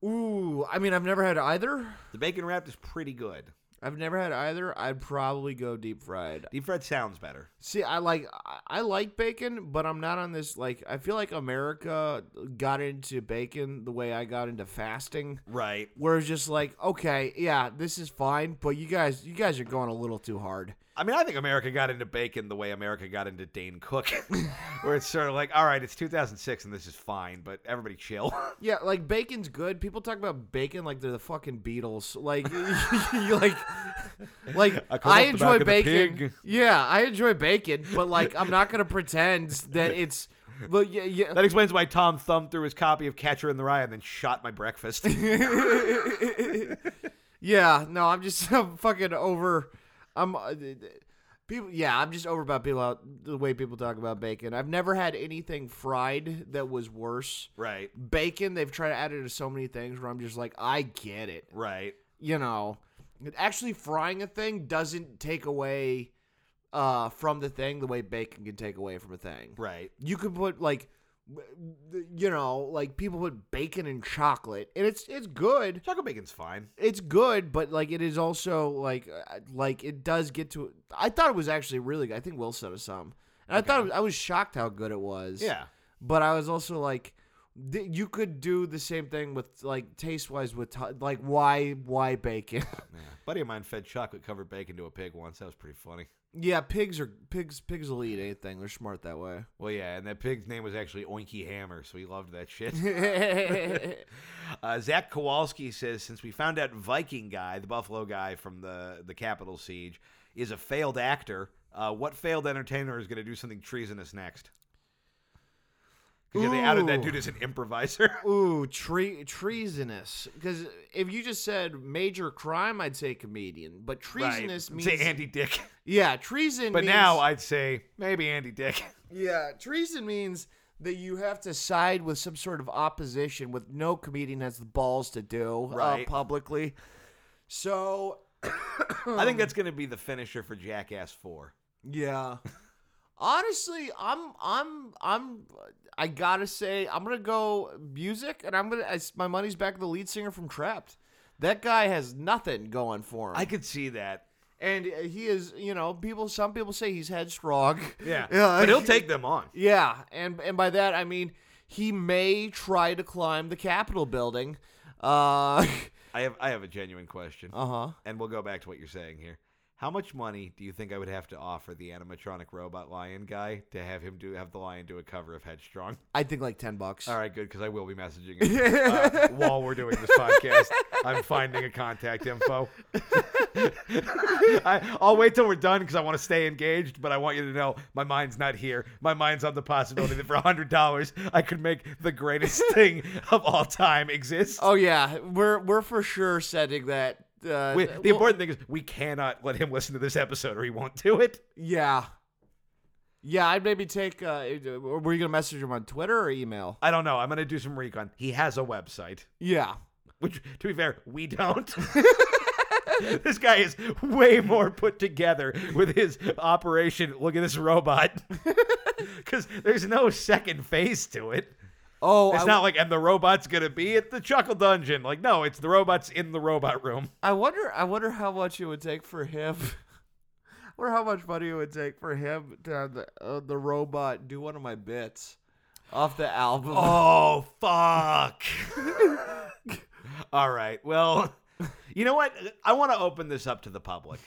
Ooh, I mean, I've never had either. The bacon wrapped is pretty good. I've never had either. I'd probably go deep fried. Deep fried sounds better. See, I like I- I like bacon, but I'm not on this like I feel like America got into bacon the way I got into fasting. Right. Where it's just like, okay, yeah, this is fine, but you guys you guys are going a little too hard. I mean, I think America got into bacon the way America got into Dane Cook, where it's sort of like, all right, it's 2006 and this is fine, but everybody chill. Yeah, like bacon's good. People talk about bacon like they're the fucking Beatles. Like, you like, like I I, cut off the back enjoy of the pig. bacon. Yeah, I enjoy bacon, but like I'm not gonna pretend that it's. But yeah, yeah. that explains why Tom thumbed through his copy of Catcher in the Rye and then shot my breakfast. Yeah, no, I'm just I'm fucking over. I'm uh, th- th- people. Yeah, I'm just over about people out the way people talk about bacon. I've never had anything fried that was worse. right, Bacon, they've tried to add it to so many things where I'm just like, I get it. right. You know, actually frying a thing doesn't take away uh, from the thing the way bacon can take away from a thing. Right. You could put like, w- w- you know, like people put bacon and chocolate, and it's it's good Chocolate bacon's fine. it's good, but like it is also like uh, like it does get to. I thought it was actually really. good. I think Will said it some, and I thought it was, I was shocked how good it was. Yeah. but I was also like, th- you could do the same thing with like taste wise with t- like why why bacon? yeah. buddy of mine fed chocolate covered bacon to a pig once. That was pretty funny. yeah, pigs are pigs. Pigs will eat anything. They're smart that way. Well, yeah, and that pig's name was actually Oinky Hammer, so he loved that shit. yeah, Uh, Zach Kowalski says since we found out Viking guy, the Buffalo guy from the the Capitol siege, is a failed actor, uh, what failed entertainer is going to do something treasonous next? 'Cause, yeah, they outed that Ooh. dude as an improviser. ooh, tre- treasonous. Because if you just said major crime, I'd say comedian, but treasonous right. means say Andy Dick, yeah, treason. but means- now I'd say maybe Andy Dick. Yeah, treason means that you have to side with some sort of opposition, with no comedian has the balls to do Right. uh, publicly. So Hmm. I think that's going to be the finisher for Jackass Four. yeah, Honestly, I'm I'm I'm I gotta say I'm gonna go music, and I'm gonna I, my money's back to the lead singer from Trapped. That guy has nothing going for him, I could see that. and he is you know people. Some people say he's headstrong. Yeah. yeah, But he'll take them on. yeah, and and by that I mean he may try to climb the Capitol building. Uh, I have I have a genuine question. uh huh. and we'll go back to what you're saying here. How much money do you think I would have to offer the animatronic robot lion guy to have him do have the lion do a cover of Headstrong? I think like ten bucks. All right, good because I will be messaging him uh, while we're doing this podcast. I'm finding a contact info. I, I'll wait till we're done because I want to stay engaged, but I want you to know my mind's not here. My mind's on the possibility that for hundred dollars I could make the greatest thing of all time exist. Oh yeah, we're we're for sure setting that. Uh, We- well, the important thing is we cannot let him listen to this episode or he won't do it. yeah, yeah. I'd maybe take. Uh, were you gonna message him on Twitter or email? I don't know. I'm gonna do some recon. He has a website, Yeah, which, to be fair, we don't. this guy is way more put together with his operation. Look at this robot, because there's no second phase to it. Oh, It's I, not like and the robot's gonna be at the Chuckle Dungeon. Like no, it's the robot's in the robot room. I wonder. I wonder how much it would take for him. I wonder how much money it would take for him to have the uh, the robot do one of my bits off the album. Oh fuck! All right. Well, you know what? I want to open this up to the public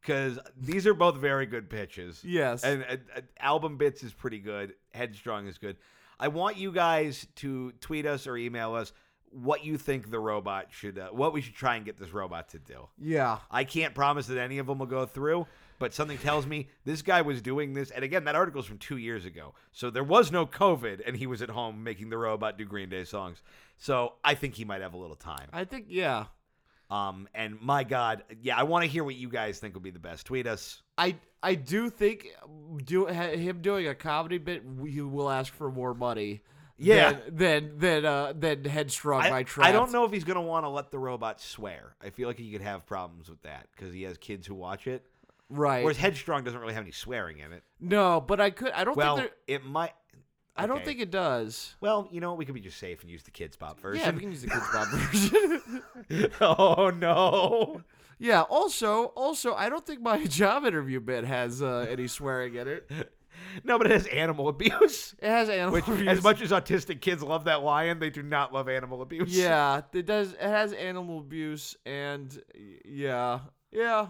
because these are both very good pitches. yes. And uh, uh, album bits is pretty good. Headstrong is good. I want you guys to tweet us or email us what you think the robot should, uh, what we should try and get this robot to do. yeah. I can't promise that any of them will go through, but something tells me this guy was doing this. And again, that article's from two years ago. So there was no COVID, and he was at home making the robot do Green Day songs. So I think he might have a little time. I think yeah. Um, and my God, yeah, I want to hear what you guys think would be the best. Tweet us. I I do think do ha, him doing a comedy bit, you will ask for more money. Yeah. Than than than, uh, than headstrong I, by I Trapped. don't know if he's going to want to let the robot swear. I feel like he could have problems with that because he has kids who watch it. Right. Whereas Headstrong doesn't really have any swearing in it. no, but I could. I don't Well, think. there- it might. I don't okay. think it does. Well, you know, what? we could be just safe and use the kids' pop Yeah, we version. can use the kids' Bob version. oh no! yeah. Also, also, I don't think my job interview bit has uh, any swearing in it. No, but it has animal abuse. It has animal Which, abuse. as much as autistic kids love that lion, they do not love animal abuse. yeah, it does. It has animal abuse and y- yeah, yeah,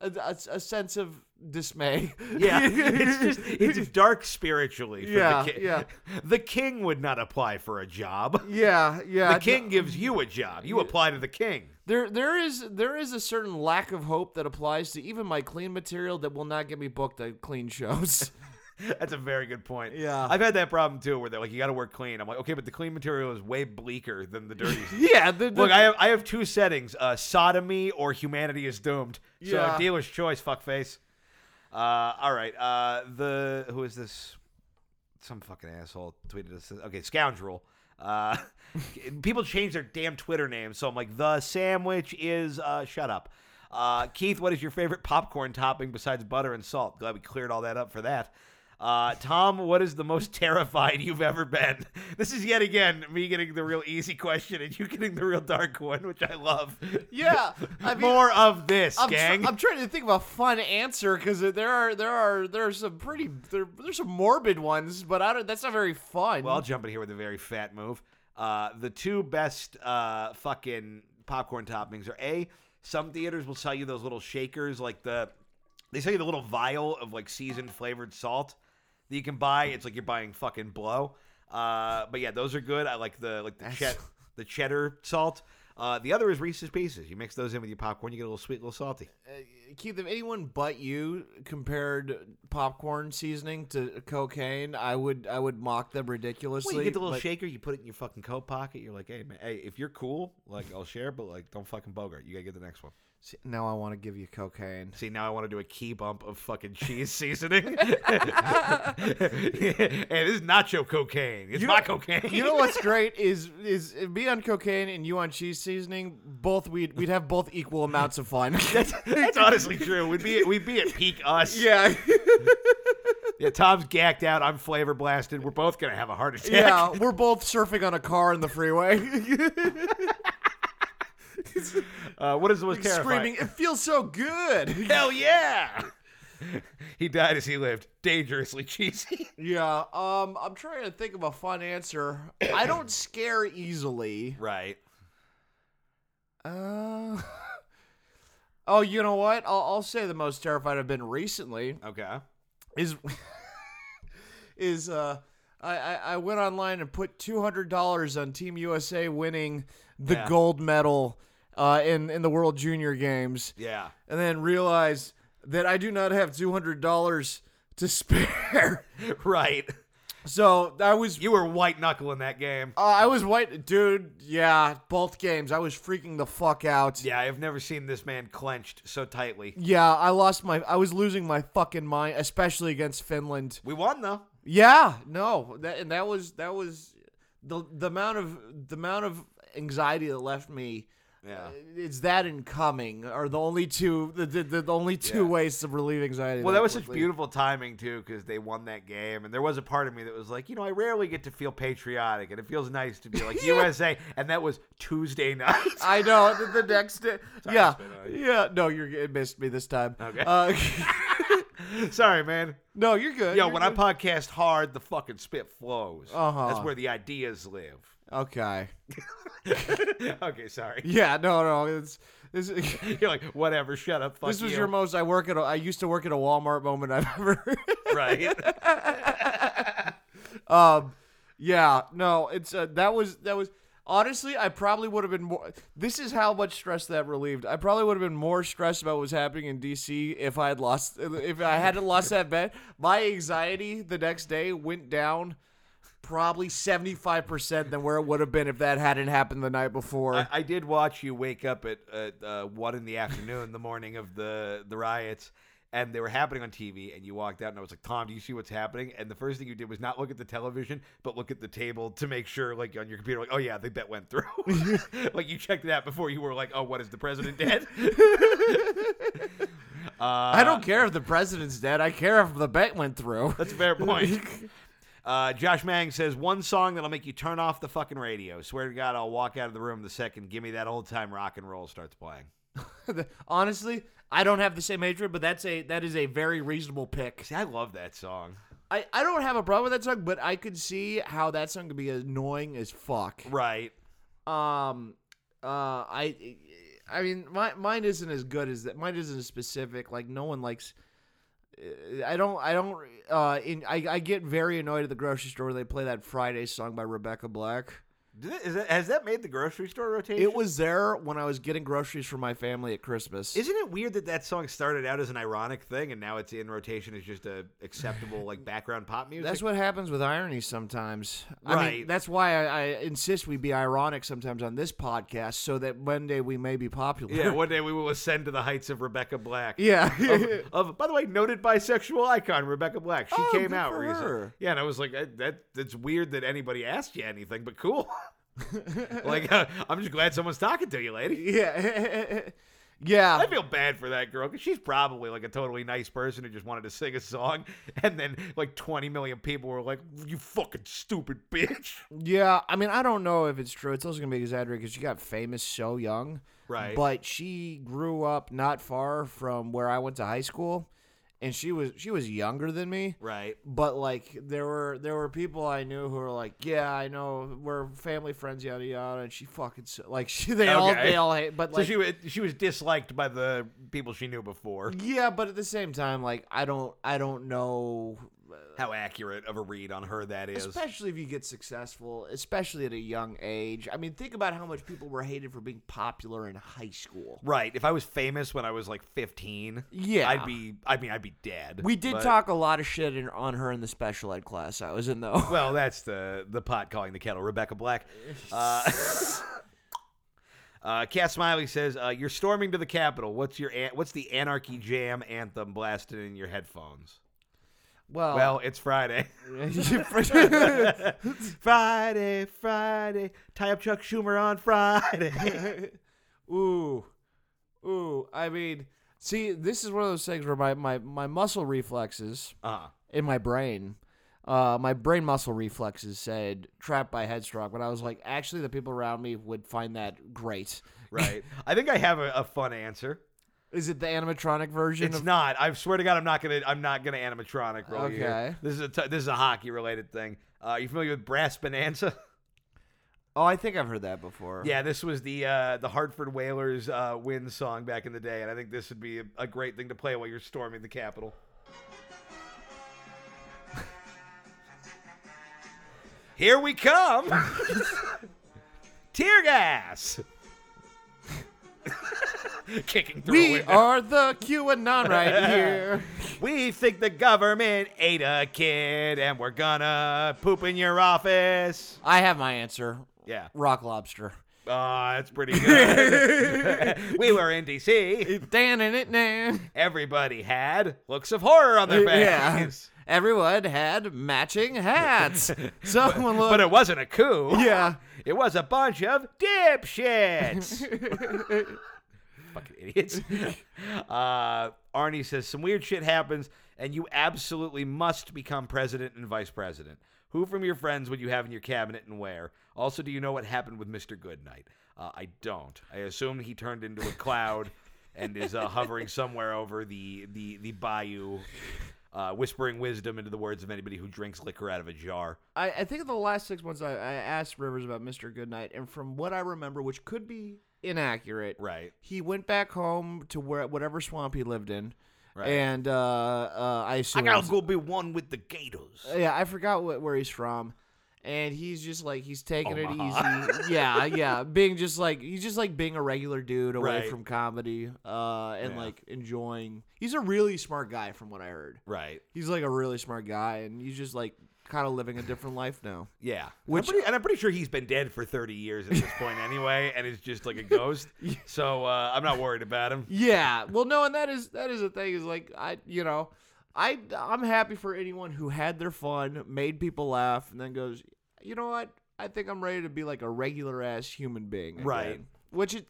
a, a, a sense of dismay. Yeah, it's just it's dark spiritually. For Yeah, the king. yeah. The king would not apply for a job. Yeah, yeah. The king gives you a job. You apply to the king. There, there is there is a certain lack of hope that applies to even my clean material that will not get me booked at clean shows. That's a very good point. Yeah. I've had that problem too, where they're like, "You got to work clean." I'm like, "Okay, but the clean material is way bleaker than the dirty." stuff." yeah, the, the, Look, I have I have two settings: uh, sodomy or humanity is doomed. So Yeah. dealer's choice, fuckface. Uh, all right. Uh, the who is this? Some fucking asshole tweeted us. this- Okay, scoundrel. Uh, people change their damn Twitter names, so I'm like, the sandwich is uh, shut up. Uh, Keith, what is your favorite popcorn topping besides butter and salt? Glad we cleared all that up for that. Uh, Tom, what is the most terrified you've ever been? This is yet again me getting the real easy question and you getting the real dark one, which I love. yeah, I mean, More of this, I'm, tr- gang. I'm trying to think of a fun answer because there are there are there are some pretty there, there's some morbid ones, but I don't. That's not very fun. Well, I'll jump in here with a very fat move. Uh, the two best uh, fucking popcorn toppings are A, some theaters will sell you those little shakers, like the, they sell you the little vial of like seasoned flavored salt that you can buy. It's like you're buying fucking blow. Uh, but yeah, those are good. I like the, like the, chet, the cheddar salt. Uh, the other is Reese's Pieces. You mix those in with your popcorn, you get a little sweet, little salty. Keith, if anyone but you compared popcorn seasoning to cocaine, I would I would mock them ridiculously. Well, you get the little but- shaker, you put it in your fucking coat pocket. You're like, hey man, hey, if you're cool, like I'll share, but like don't fucking bogart. You gotta get the next one. See, Now I want to give you cocaine. See, now I want to do a key bump of fucking cheese seasoning. and this is nacho cocaine. It's You not know- cocaine. You know what's great is is me on cocaine and you on cheese seasoning. Both we'd we'd have both equal amounts of fun. That's honestly true. We'd be we'd be at peak us. yeah. Yeah, Tom's gacked out. I'm flavor blasted. We're both gonna have a heart attack. Yeah, we're both surfing on a car in the freeway, Uh, what is the most terrifying? screaming, "It feels so good!" Hell yeah! he died as he lived. Dangerously cheesy. yeah, um, I'm trying to think of a fun answer. I don't scare easily. right. Uh, oh, you know what? I'll, I'll say the most terrified I've been recently Okay. is is uh I, I I went online and put two hundred dollars on Team USA winning the Yeah. gold medal uh, in in the World Junior Games, Yeah. and then realized that I do not have two hundred dollars to spare. Right. so I was. You were white knuckling that game. uh, I was white, dude. Yeah, both games. I was freaking the fuck out. Yeah, I've never seen this man clenched so tightly. Yeah, I lost my. I was losing my fucking mind, especially against Finland. We won though. Yeah, no, that and that was that was the the amount of the amount of anxiety that left me. Yeah. It's that and coming are the only two the the, the, the only two Yeah. ways to relieve anxiety. Well, that was such quickly. beautiful timing too, because they won that game, and there was a part of me that was like, you know, I rarely get to feel patriotic, and it feels nice to be like USA, and that was Tuesday night. I know the, the next day. Sorry, yeah, it's been, uh, yeah. No, you're it missed me this time. Okay. Uh, Sorry, man. no, you're good. Yo, you're when I good. podcast hard, the fucking spit flows. Uh-huh. That's where the ideas live. okay. okay, sorry. Yeah, no, no. It's this. You're like, whatever, shut up, fuck This was you. your most I work at a, I used to work at a Walmart moment I've ever. right. um yeah, no, it's uh, that was that was honestly I probably would have been more This is how much stress that relieved. I probably would have been more stressed about what was happening in DC if I had lost if I hadn't lost that bet. My anxiety the next day went down probably 75% than where it would have been if that hadn't happened the night before. I, I did watch you wake up at uh, uh, one in the afternoon, the morning of the the riots, and they were happening on TV. And you walked out, and I was like, "Tom, do you see what's happening?" And the first thing you did was not look at the television, but look at the table to make sure, like on your computer, like, "Oh yeah, I think that went through." like you checked that before you were like, "Oh, what is the president dead?" uh, I don't care if the president's dead. I care if the bet went through. That's a fair point. Uh, Josh Mang says one song that'll make you turn off the fucking radio. Swear to God, I'll walk out of the room the second "Give Me That Old Time Rock and Roll" starts playing. Honestly, I don't have the same hatred, but that's a that is a very reasonable pick. See, I love that song. I, I don't have a problem with that song, but I could see how that song could be annoying as fuck. Right. Um, uh, I, I mean, my, mine isn't as good as that. Mine isn't as specific. Like no one likes. I don't. I don't. Uh, in I, I get very annoyed at the grocery store when they play that Friday song by Rebecca Black. Did it- is that, has that made the grocery store rotation? It was there when I was getting groceries for my family at Christmas. Isn't it weird that that song started out as an ironic thing and now it's in rotation as just a acceptable like background pop music? That's what happens with irony sometimes. I mean, Right. that's why I, I insist we be ironic sometimes on this podcast so that one day we may be popular. yeah. One day we will ascend to the heights of Rebecca Black. yeah. Of, of- by the way, noted bisexual icon Rebecca Black. She Oh, came good out for recently. her. Yeah, and I was like, I, that that's weird that anybody asked you anything, but cool. like, uh, I'm just glad someone's talking to you, lady. yeah. I yeah. feel bad for that girl because she's probably like a totally nice person who just wanted to sing a song, and then like 20 million people were like, "You fucking stupid bitch!" Yeah. I mean, I don't know if it's true. It's also going to be exaggerated because she got famous so young. Right. But she grew up not far from where I went to high school. And she was she was younger than me. Right. but like there were there were people I knew who were like, yeah, I know we're family friends, yada yada, and she fucking s- like she they all Okay. they all hate, but So like she was she was disliked by the people she knew before. yeah, but at the same time, like I don't I don't know, How accurate of a read on her that is. especially if you get successful, especially at a young age. I mean, think about how much people were hated for being popular in high school. Right. If I was famous when I was like 15, Yeah. I'd be. I mean, I'd be dead. We did But- talk a lot of shit in, on her in the special ed class I was in though. Well, that's the the pot calling the kettle. Rebecca Black. Uh, uh, Cat Smiley says, uh, "You're storming to the Capitol. What's your an- what's the anarchy jam anthem blasted in your headphones?" Well, Well, it's Friday. Friday, Friday. Tie up Chuck Schumer on Friday. ooh, ooh. I mean, see, this is one of those things where my my, my muscle reflexes Uh-huh. in my brain. Uh, my brain muscle reflexes said trapped by headstrong, but I was like, actually, the people around me would find that great. Right. I think I have a, a fun answer. Is it the animatronic version? It's of- not. I swear to God, I'm not gonna. I'm not gonna animatronic roll you. Okay. This is a t- this is a hockey related thing. Uh, you familiar with Brass Bonanza? oh, I think I've heard that before. yeah, this was the uh, the Hartford Whalers uh, win song back in the day, and I think this would be a, a great thing to play while you're storming the Capitol. Here we come! Tear gas! Kicking through a We window. are the QAnon right here. We think the government ate a kid and we're gonna poop in your office. I have my answer. Yeah. Rock lobster. Ah, that's pretty good. we were in DC. Dan in it now. Everybody had looks of horror on their Yeah. face. Everyone had matching hats. Someone looked. But it wasn't a coup. yeah. It was a bunch of dipshits. Fucking idiots. Uh, Arnie says some weird shit happens, and you absolutely must become president and vice president. Who from your friends would you have in your cabinet and where? Also, do you know what happened with Mr. Goodnight? Uh, I don't. I assume he turned into a cloud and is uh, hovering somewhere over the the the bayou, uh, whispering wisdom into the words of anybody who drinks liquor out of a jar. I, I think in the last six months, I, I asked Rivers about Mr. Goodnight, and from what I remember, which could be inaccurate, Right. he went back home to where whatever swamp he lived in, Right. and uh, uh, I assume it was- go be one with the Gators. yeah, I forgot what, where he's from, and he's just like he's taking Omaha. it easy. yeah, yeah, being just like he's just like being a regular dude away Right. from comedy, uh, and Yeah. like enjoying. He's a really smart guy, from what I heard. Right. He's like a really smart guy, and he's just like kind of living a different life now. Yeah. Which- I'm pretty, and I'm pretty sure he's been dead for 30 years at this point anyway, and it's just like a ghost. So uh, I'm not worried about him. Yeah. Well, no, and that is that is the thing is like I you know I I'm happy for anyone who had their fun, made people laugh, and then goes, you know what? I think I'm ready to be like a regular ass human being. again." Right. Which it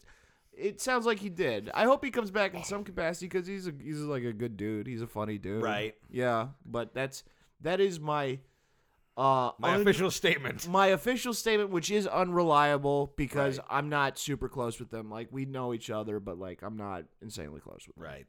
it sounds like he did. I hope he comes back in some capacity because he's a he's like a good dude. He's a funny dude. Right. Yeah. But that's that is my uh My un- official statement. my official statement, which is unreliable because I'm not super close with them. Like we know each other, but like I'm not insanely close with them. Right.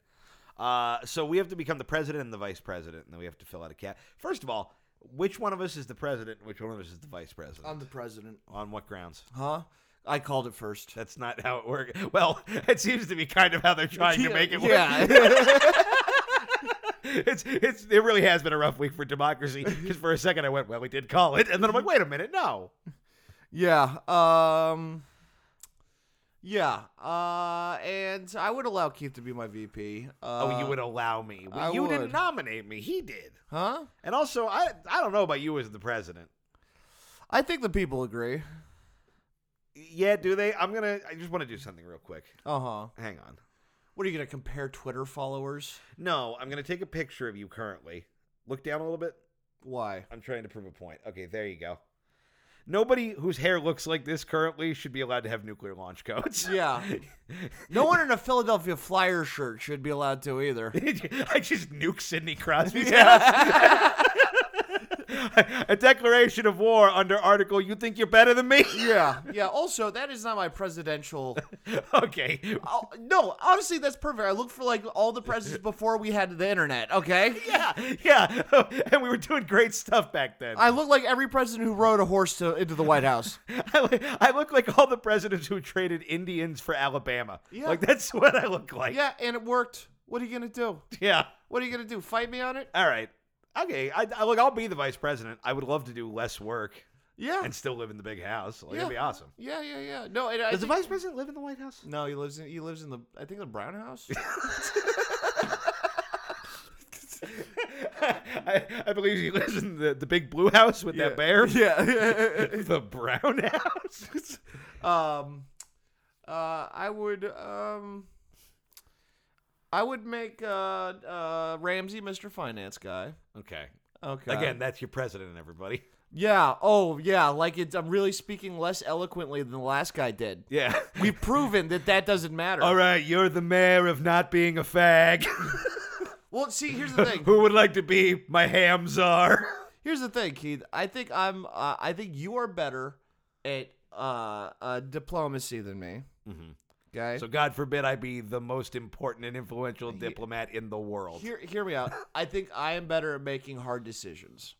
Uh, so we have to become the president and the vice president, and then we have to fill out a cat. First of all, which one of us is the president and which one of us is the vice president? I'm the president. On what grounds? Huh? I called it first. That's not how it works. Well, it seems to be kind of how they're trying to make it work. Yeah. it's it's it really has been a rough week for democracy because for a second I went, well, we did call it, and then I'm like, wait a minute, no, yeah. Um Yeah. Uh and I would allow Keith to be my VP. Uh, oh, you would allow me. Well, I you didn't would. nominate me. He did. Huh? And also, I I don't know about you as the president. I think the people agree. Yeah, do they? I'm gonna. I just want to do something real quick. Uh-huh. Hang on. What are you gonna compare Twitter followers? No, I'm gonna take a picture of you currently. Look down a little bit. Why? I'm trying to prove a point. Okay, there you go. Nobody whose hair looks like this currently should be allowed to have nuclear launch codes. Yeah. No one in a Philadelphia Flyer shirt should be allowed to either. I just nuke Sidney Crosby's Yeah. house. a declaration of war under article you think you're better than me yeah. Yeah. Also, that is not my presidential. okay Oh, no, honestly, that's perfect. I looked for like all the presidents before we had the internet. Okay. yeah yeah and we were doing great stuff back then I, I look like every president who rode a horse to into the White House. li- I look like all the presidents who traded indians for alabama Yeah. like that's what i look like Yeah, and it worked. What are you gonna do? yeah What are you gonna do? Fight me on it? all right okay I, I look i'll be the vice president i would love to do less work Yeah. and still live in the big house like yeah. that'd be awesome Yeah, yeah, yeah. No, and I does the think- vice president live in the white house no, he lives in he lives in the I think the Brown House. I, I believe he lives in the, the big blue house with that bear. Yeah. The brown house. um, uh, I would um, I would make uh uh Ramsey Mr. Finance guy. okay. Okay. Again, that's your president, everybody. Yeah. Oh, yeah. Like it's. I'm really speaking less eloquently than the last guy did. Yeah. We've proven that that doesn't matter. All right, you're the mayor of not being a fag. Well, see, here's the thing. Who would like to be my ham czar? Here's the thing, Keith. I think I'm. Uh, I think you are better at uh, uh, diplomacy than me. Mm-hmm. Okay. So God forbid I be the most important and influential diplomat in the world. hear hear me out. I think I am better at making hard decisions.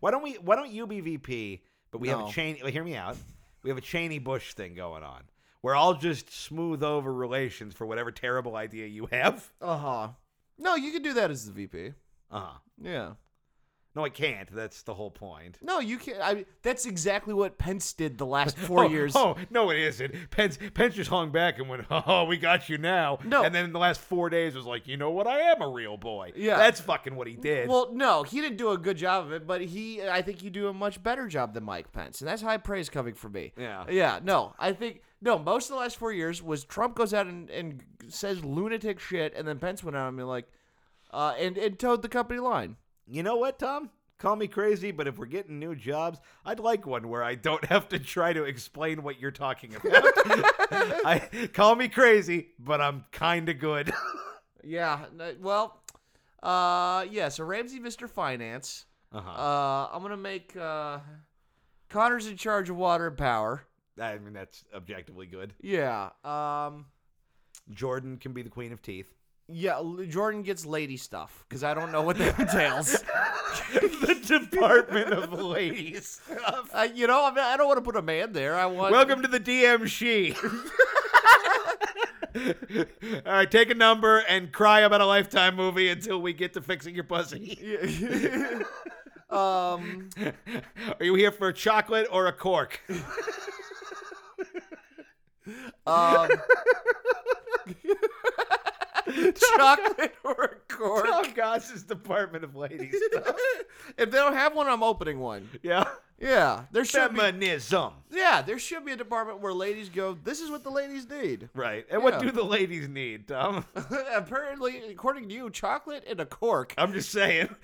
Why don't we? Why don't you be VP? But we have No. a Cheney. well, Hear me out. We have a Cheney Bush thing going on. Where I'll just smooth over relations for whatever terrible idea you have. Uh Uh-huh. huh. No, you can do that as the VP. Uh huh. Yeah. No, I can't. That's the whole point. No, you can't. I. That's exactly what Pence did the last four Oh, years. Oh no, it isn't. Pence Pence just hung back and went, "Oh, we got you now." No. and then in the last four days was like, "You know what? I am a real boy." Yeah. that's fucking what he did. Well, no, he didn't do a good job of it, but he, I think you do a much better job than Mike Pence, and that's high praise coming from me. Yeah. yeah. No, I think no. Most of the last four years was Trump goes out and, and says lunatic shit, and then Pence went out and be like, uh, and and towed the company line. you know what, Tom? Call me crazy, but if we're getting new jobs, I'd like one where I don't have to try to explain what you're talking about. I call me crazy, but I'm kind of good. Yeah. no- Well, uh, yeah. So Ramsey, Mister Finance. Uh-huh. Uh, I'm gonna make uh, Connor's in charge of water and power. Uh, I mean, that's objectively good. Yeah. Um. Jordan can be the queen of teeth. Yeah, L- Jordan gets lady stuff because I don't know what that entails. the Department of Ladies. Uh, you know, I, mean, I don't want to put a man there. I want Welcome to the DM she. All right, take a number and cry about a lifetime movie until we get to fixing your pussy. um, Are you here for chocolate or a cork? um chocolate or a cork. Tom Goss's Department of Ladies. if they don't have one, I'm opening one. yeah. Yeah, there should be. Feminism. Yeah, there should be a department where ladies go. This is what the ladies need. Right. And what Yeah. do the ladies need, Tom? Apparently, according to you, chocolate and a cork. I'm just saying.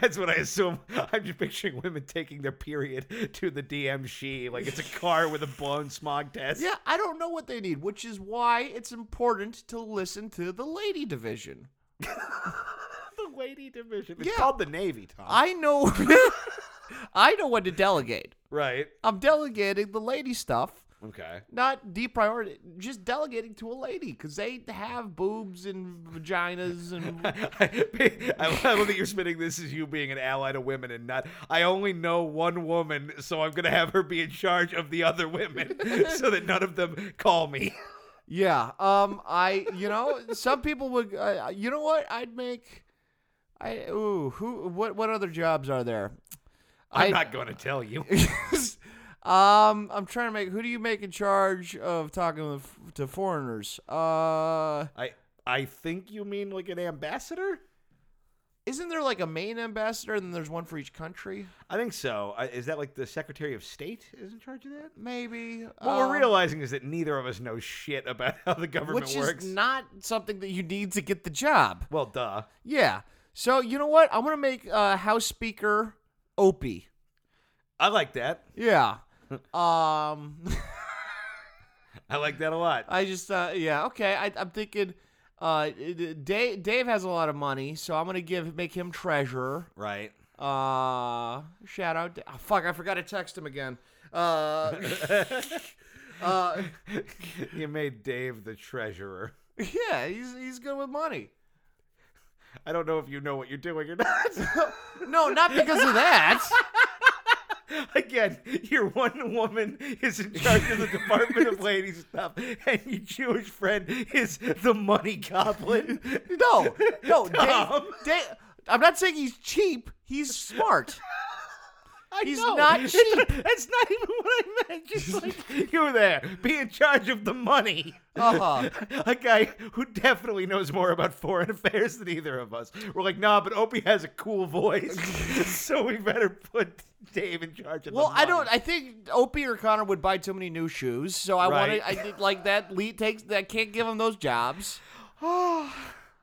That's what I assume. I'm just picturing women taking their period to the DM she. Like it's a car with a blown smog test. Yeah, I don't know what they need, which is why it's important to listen to the lady division. the lady division. It's Yeah. called the Navy, Tom. I know I know when to delegate. right. I'm delegating the lady stuff, Okay. not depriority, just delegating to a lady cuz they have boobs and vaginas and I, I love that you're spinning this as you being an ally to women and not. I only know one woman, so I'm gonna have her be in charge of the other women, so that none of them call me. yeah, um I you know, some people would uh, you know what? I'd make I ooh, who what what other jobs are there? I'm I- not gonna tell you. um I'm trying to make who do you make in charge of talking with, to foreigners? Uh I I think you mean like an ambassador. isn't there like a main ambassador and then there's one for each country? I think so. I, is that like the Secretary of State is in charge of that? Maybe. What um, we're realizing is that neither of us know shit about how the government which works. is not something that you need to get the job. well, duh. Yeah. So you know what? I'm gonna make uh, House Speaker Opie. I like that. Yeah. um, I like that a lot. I just uh, yeah okay. I, I'm thinking. Uh, Dave, Dave has a lot of money, so I'm gonna give make him treasurer. right. Uh, shout out. to- oh, fuck, I forgot to text him again. Uh, uh, you made Dave the treasurer. yeah, he's he's good with money. I don't know if you know what you're doing or not. No, not because of that. Again, your one woman is in charge of the Department of Lady Stuff, and your Jewish friend is the money goblin. No, no, Dave, Tom. Dave- I'm not saying he's cheap. He's smart. I He's know. not It's cheap. not- that's not even what I meant. Just like you there, be in charge of the money. Uh-huh. A guy who definitely knows more about foreign affairs than either of us. We're like, nah, but Opie has a cool voice, so we better put Dave in charge of Well, the money. I don't. I think Opie or Connor would buy too many new shoes, so I Right. want to. I did like that. Lee takes. I can't give him those jobs.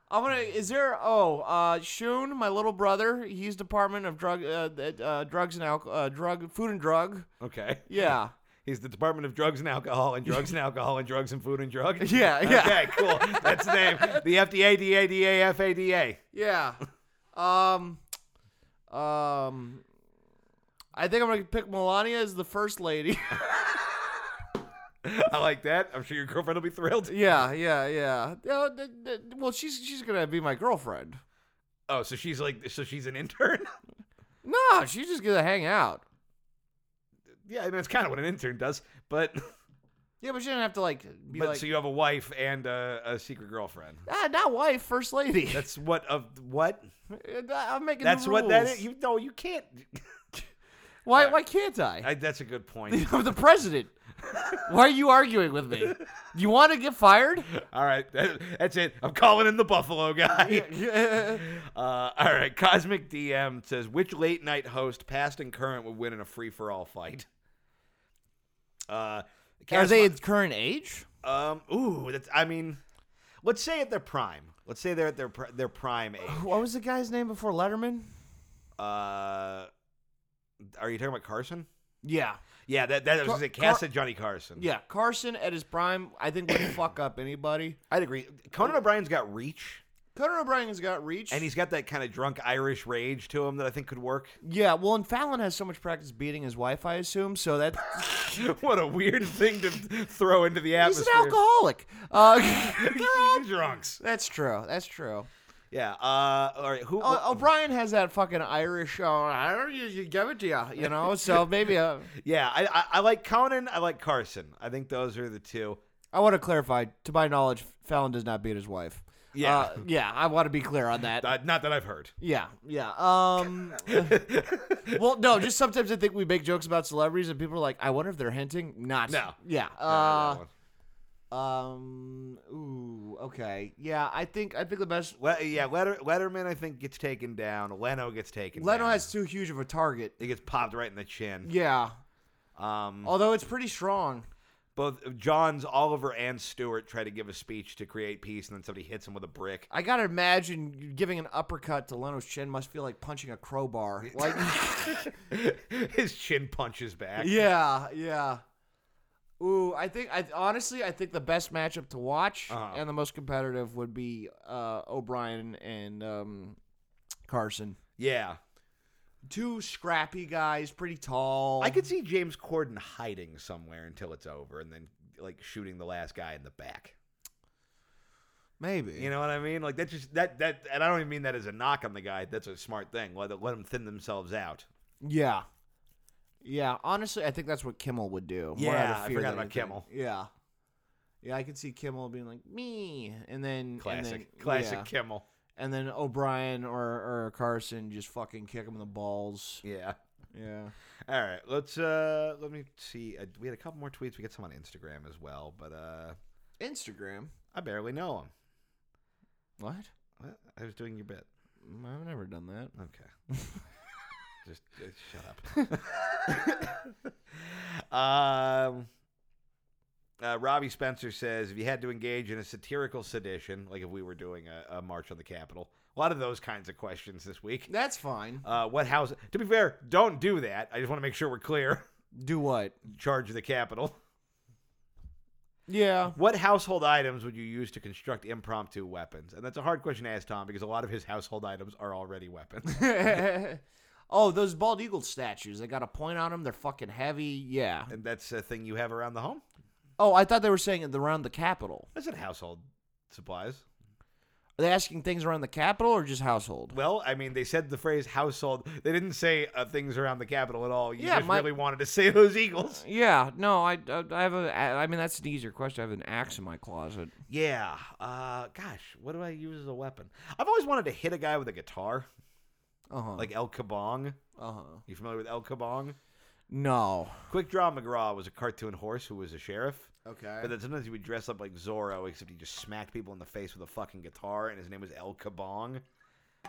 I'm gonna. Is there? Oh, uh, Shun, my little brother. He's uh, Department of Drug, uh, uh, drugs and alcohol, uh, drug, food and drug. Okay. Yeah. He's the Department of Drugs and Alcohol and Drugs and Alcohol and Drugs and Food and Drugs. Yeah, yeah. Okay, cool. That's the name. The FDA, DADA, FADA. Yeah. Um. Um. I think I'm gonna pick Melania as the first lady. I like that. I'm sure your girlfriend will be thrilled. yeah, yeah, yeah. Yeah, th- th- Well, she's she's gonna be my girlfriend. Oh, so she's like, so she's an intern. No, she's just gonna hang out. yeah, I mean, that's kind of what an intern does. But Yeah, but she doesn't have to like be but like so you have a wife and a, a secret girlfriend. ah, not wife, first lady. That's what of what? I'm making. That's the what that rules. is. You no, you can't. Why? Why can't I? I, that's a good point. I'm the president. Why are you arguing with me? You want to get fired? All right, that- that's it. I'm calling in the Buffalo guy. Uh, all right, Cosmic DM says which late night host, past and current, would win in a free for all fight? Uh, Are cast they my- at current age? Um, ooh, that's. I mean, let's say at their prime. Let's say they're at their pri- their prime age. What was the guy's name before Letterman? Uh, are you talking about Carson? Yeah, Yeah, that that was Car- Car- it. Car- Cast at Johnny Carson. yeah. Carson at his prime, I think would fuck up anybody. I'd agree. Conan O'Brien's got reach, Conan O'Brien has got reach, and he's got that kind of drunk Irish rage to him that I think could work. yeah. Well, and Fallon has so much practice beating his wife, I assume. So that what a weird thing to throw into the he's atmosphere. an alcoholic. Uh, Drunks. that's true. That's true. Yeah. Uh, all right. Who? O- O'Brien has that fucking Irish. Uh, I don't. You, you give it to you, you know. So maybe uh, yeah. I, I I like Conan. I like Carson. I think those are the two. I want to clarify. To my knowledge, Fallon does not beat his wife. Yeah. Uh, yeah. I want to be clear on that. Uh, not that I've heard. Yeah, yeah. Um, Uh. well, no, just sometimes I think we make jokes about celebrities and people are like, I wonder if they're hinting. Not. No. Yeah. Uh, Uh, um. Ooh. Okay. Yeah. I think I think the best. Le- yeah. Letter- Letterman, I think, gets taken down. Leno gets taken. Leno down. has too huge of a target. He gets popped right in the chin. Yeah. Um. Although it's pretty strong. both Johns, Oliver, and Stewart try to give a speech to create peace, and then somebody hits him with a brick. I gotta imagine giving an uppercut to Leno's chin must feel like punching a crowbar. Like. His chin punches back. yeah. Yeah. Ooh, I think I honestly I think the best matchup to watch Uh-huh. and the most competitive would be uh, O'Brien and um, Carson. Yeah. Two scrappy guys, pretty tall. I could see James Corden hiding somewhere until it's over and then like shooting the last guy in the back. maybe You know what I mean? Like that just that that and I don't even mean that as a knock on the guy. That's a smart thing. Let let them thin themselves out. Yeah, yeah. Honestly, I think that's what Kimmel would do. more out of Yeah, I fear forgot than about anything. Kimmel. Yeah, yeah. I could see Kimmel being like me, and then Classic, and then, classic yeah. Kimmel. and then O'Brien or or Carson just fucking kick him in the balls. Yeah. Yeah. All right. Let's uh let me see. Uh, we had a couple more tweets. We got some on Instagram as well, but uh Instagram. I barely know them. What? What? I was doing your bit. I've never done that. Okay. just, uh, shut up. um, uh, Robbie Spencer says if you had to engage in a satirical sedition, like if we were doing a, a march on the Capitol, a lot of those kinds of questions this week. That's fine. Uh, what house? To be fair, don't do that. I just want to make sure we're clear. Do what? Charge the Capitol. Yeah. What household items would you use to construct impromptu weapons? And that's a hard question to ask Tom because a lot of his household items are already weapons. oh, those bald eagle statues. They got a point on them. They're fucking heavy. Yeah. and that's a thing you have around the home. Oh, I thought they were saying it around the Capitol. I said household supplies. Are they asking things around the Capitol or just household? Well, I mean, they said the phrase household. They didn't say uh, things around the Capitol at all. You Yeah, just my- really wanted to say those eagles. Yeah. No, I, I, I have a. I I mean, that's an easier question. I have an axe in my closet. Yeah. Uh, gosh, what do I use as a weapon? I've always wanted to hit a guy with a guitar, Uh huh. like El Kabong. uh huh. You familiar with El Kabong? No. Quick Draw McGraw was a cartoon horse who was a sheriff. Okay. But then sometimes he would dress up like Zorro, except he just smacked people in the face with a fucking guitar, and his name was El Kabong.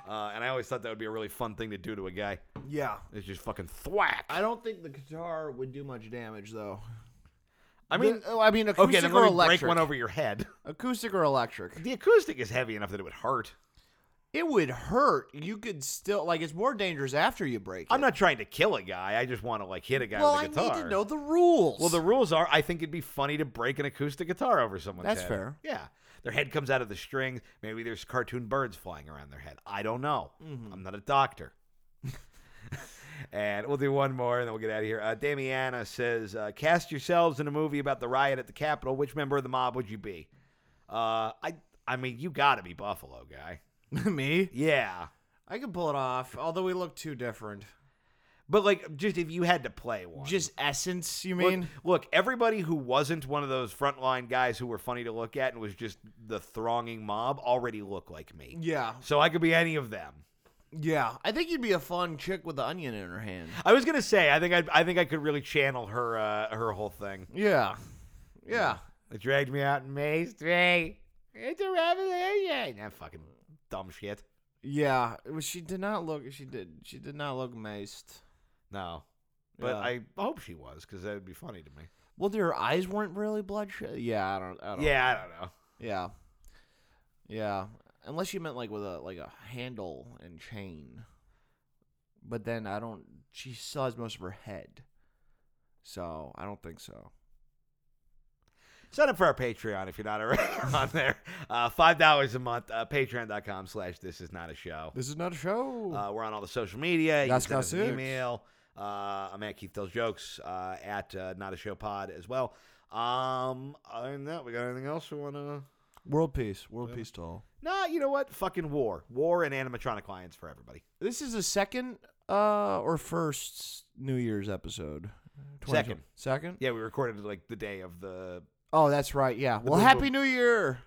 Uh, and I always thought that would be a really fun thing to do to a guy. yeah. It's just fucking thwack. I don't think the guitar would do much damage though. I mean, The- oh, I mean, acoustic okay, then or let me electric. break one over your head. Acoustic or electric. The acoustic is heavy enough that it would hurt. It would hurt. You could still like it's more dangerous after you break. I'm it. not trying to kill a guy. I just want to like hit a guy Well, with I a guitar. need to know the rules. Well, the rules are I think it'd be funny to break an acoustic guitar over someone's That's head. fair. Yeah. Their head comes out of the strings. Maybe there's cartoon birds flying around their head. I don't know. Mm-hmm. I'm not a doctor. and we'll do one more and then we'll get out of here. Uh, Damiana says uh, Cast yourselves in a movie about the riot at the Capitol. Which member of the mob would you be? Uh, I, I mean, you got to be Buffalo Guy. me. Yeah. I can pull it off, although we look too different. But, like, just if you had to play one. Just essence, you Look- mean? look, everybody who wasn't one of those frontline guys who were funny to look at and was just the thronging mob already look like me. Yeah, So I could be any of them. yeah. I think you'd be a fun chick with the onion in her hand. I was gonna say, I think I, I think I could really channel her, uh, her whole thing. Yeah, yeah. They dragged me out in Maze Three. It's a revelation. That fucking dumb shit. Yeah, it was- she did not look. She did. She did not look maced. No, but Yeah. I hope she was because that would be funny to me. Well, their eyes weren't really bloodshot. Yeah, I don't. I don't. Yeah, I don't know. yeah, yeah. Unless you meant like with a like a handle and chain. But then I don't. She still has most of her head, so I don't think so. Sign up for our Patreon if you're not already on there. Uh, Five dollars a month. Uh, Patreon.com slash This is not a show. This is not a show. Uh, we're on all the social media. You That's can send us an Classics. email. Uh, I'm at Keith Tells Jokes uh, at uh, Not a Show Pod as well. Um, other than that, we got anything else we want to? world peace. World peace to all. Nah, you know what? Fucking war, war, and animatronic lions for everybody. This is the second uh or first New Year's episode. 20 Second. Second? Yeah, we recorded like the day of the. Oh, that's right. Yeah. boom Well, happy New Year.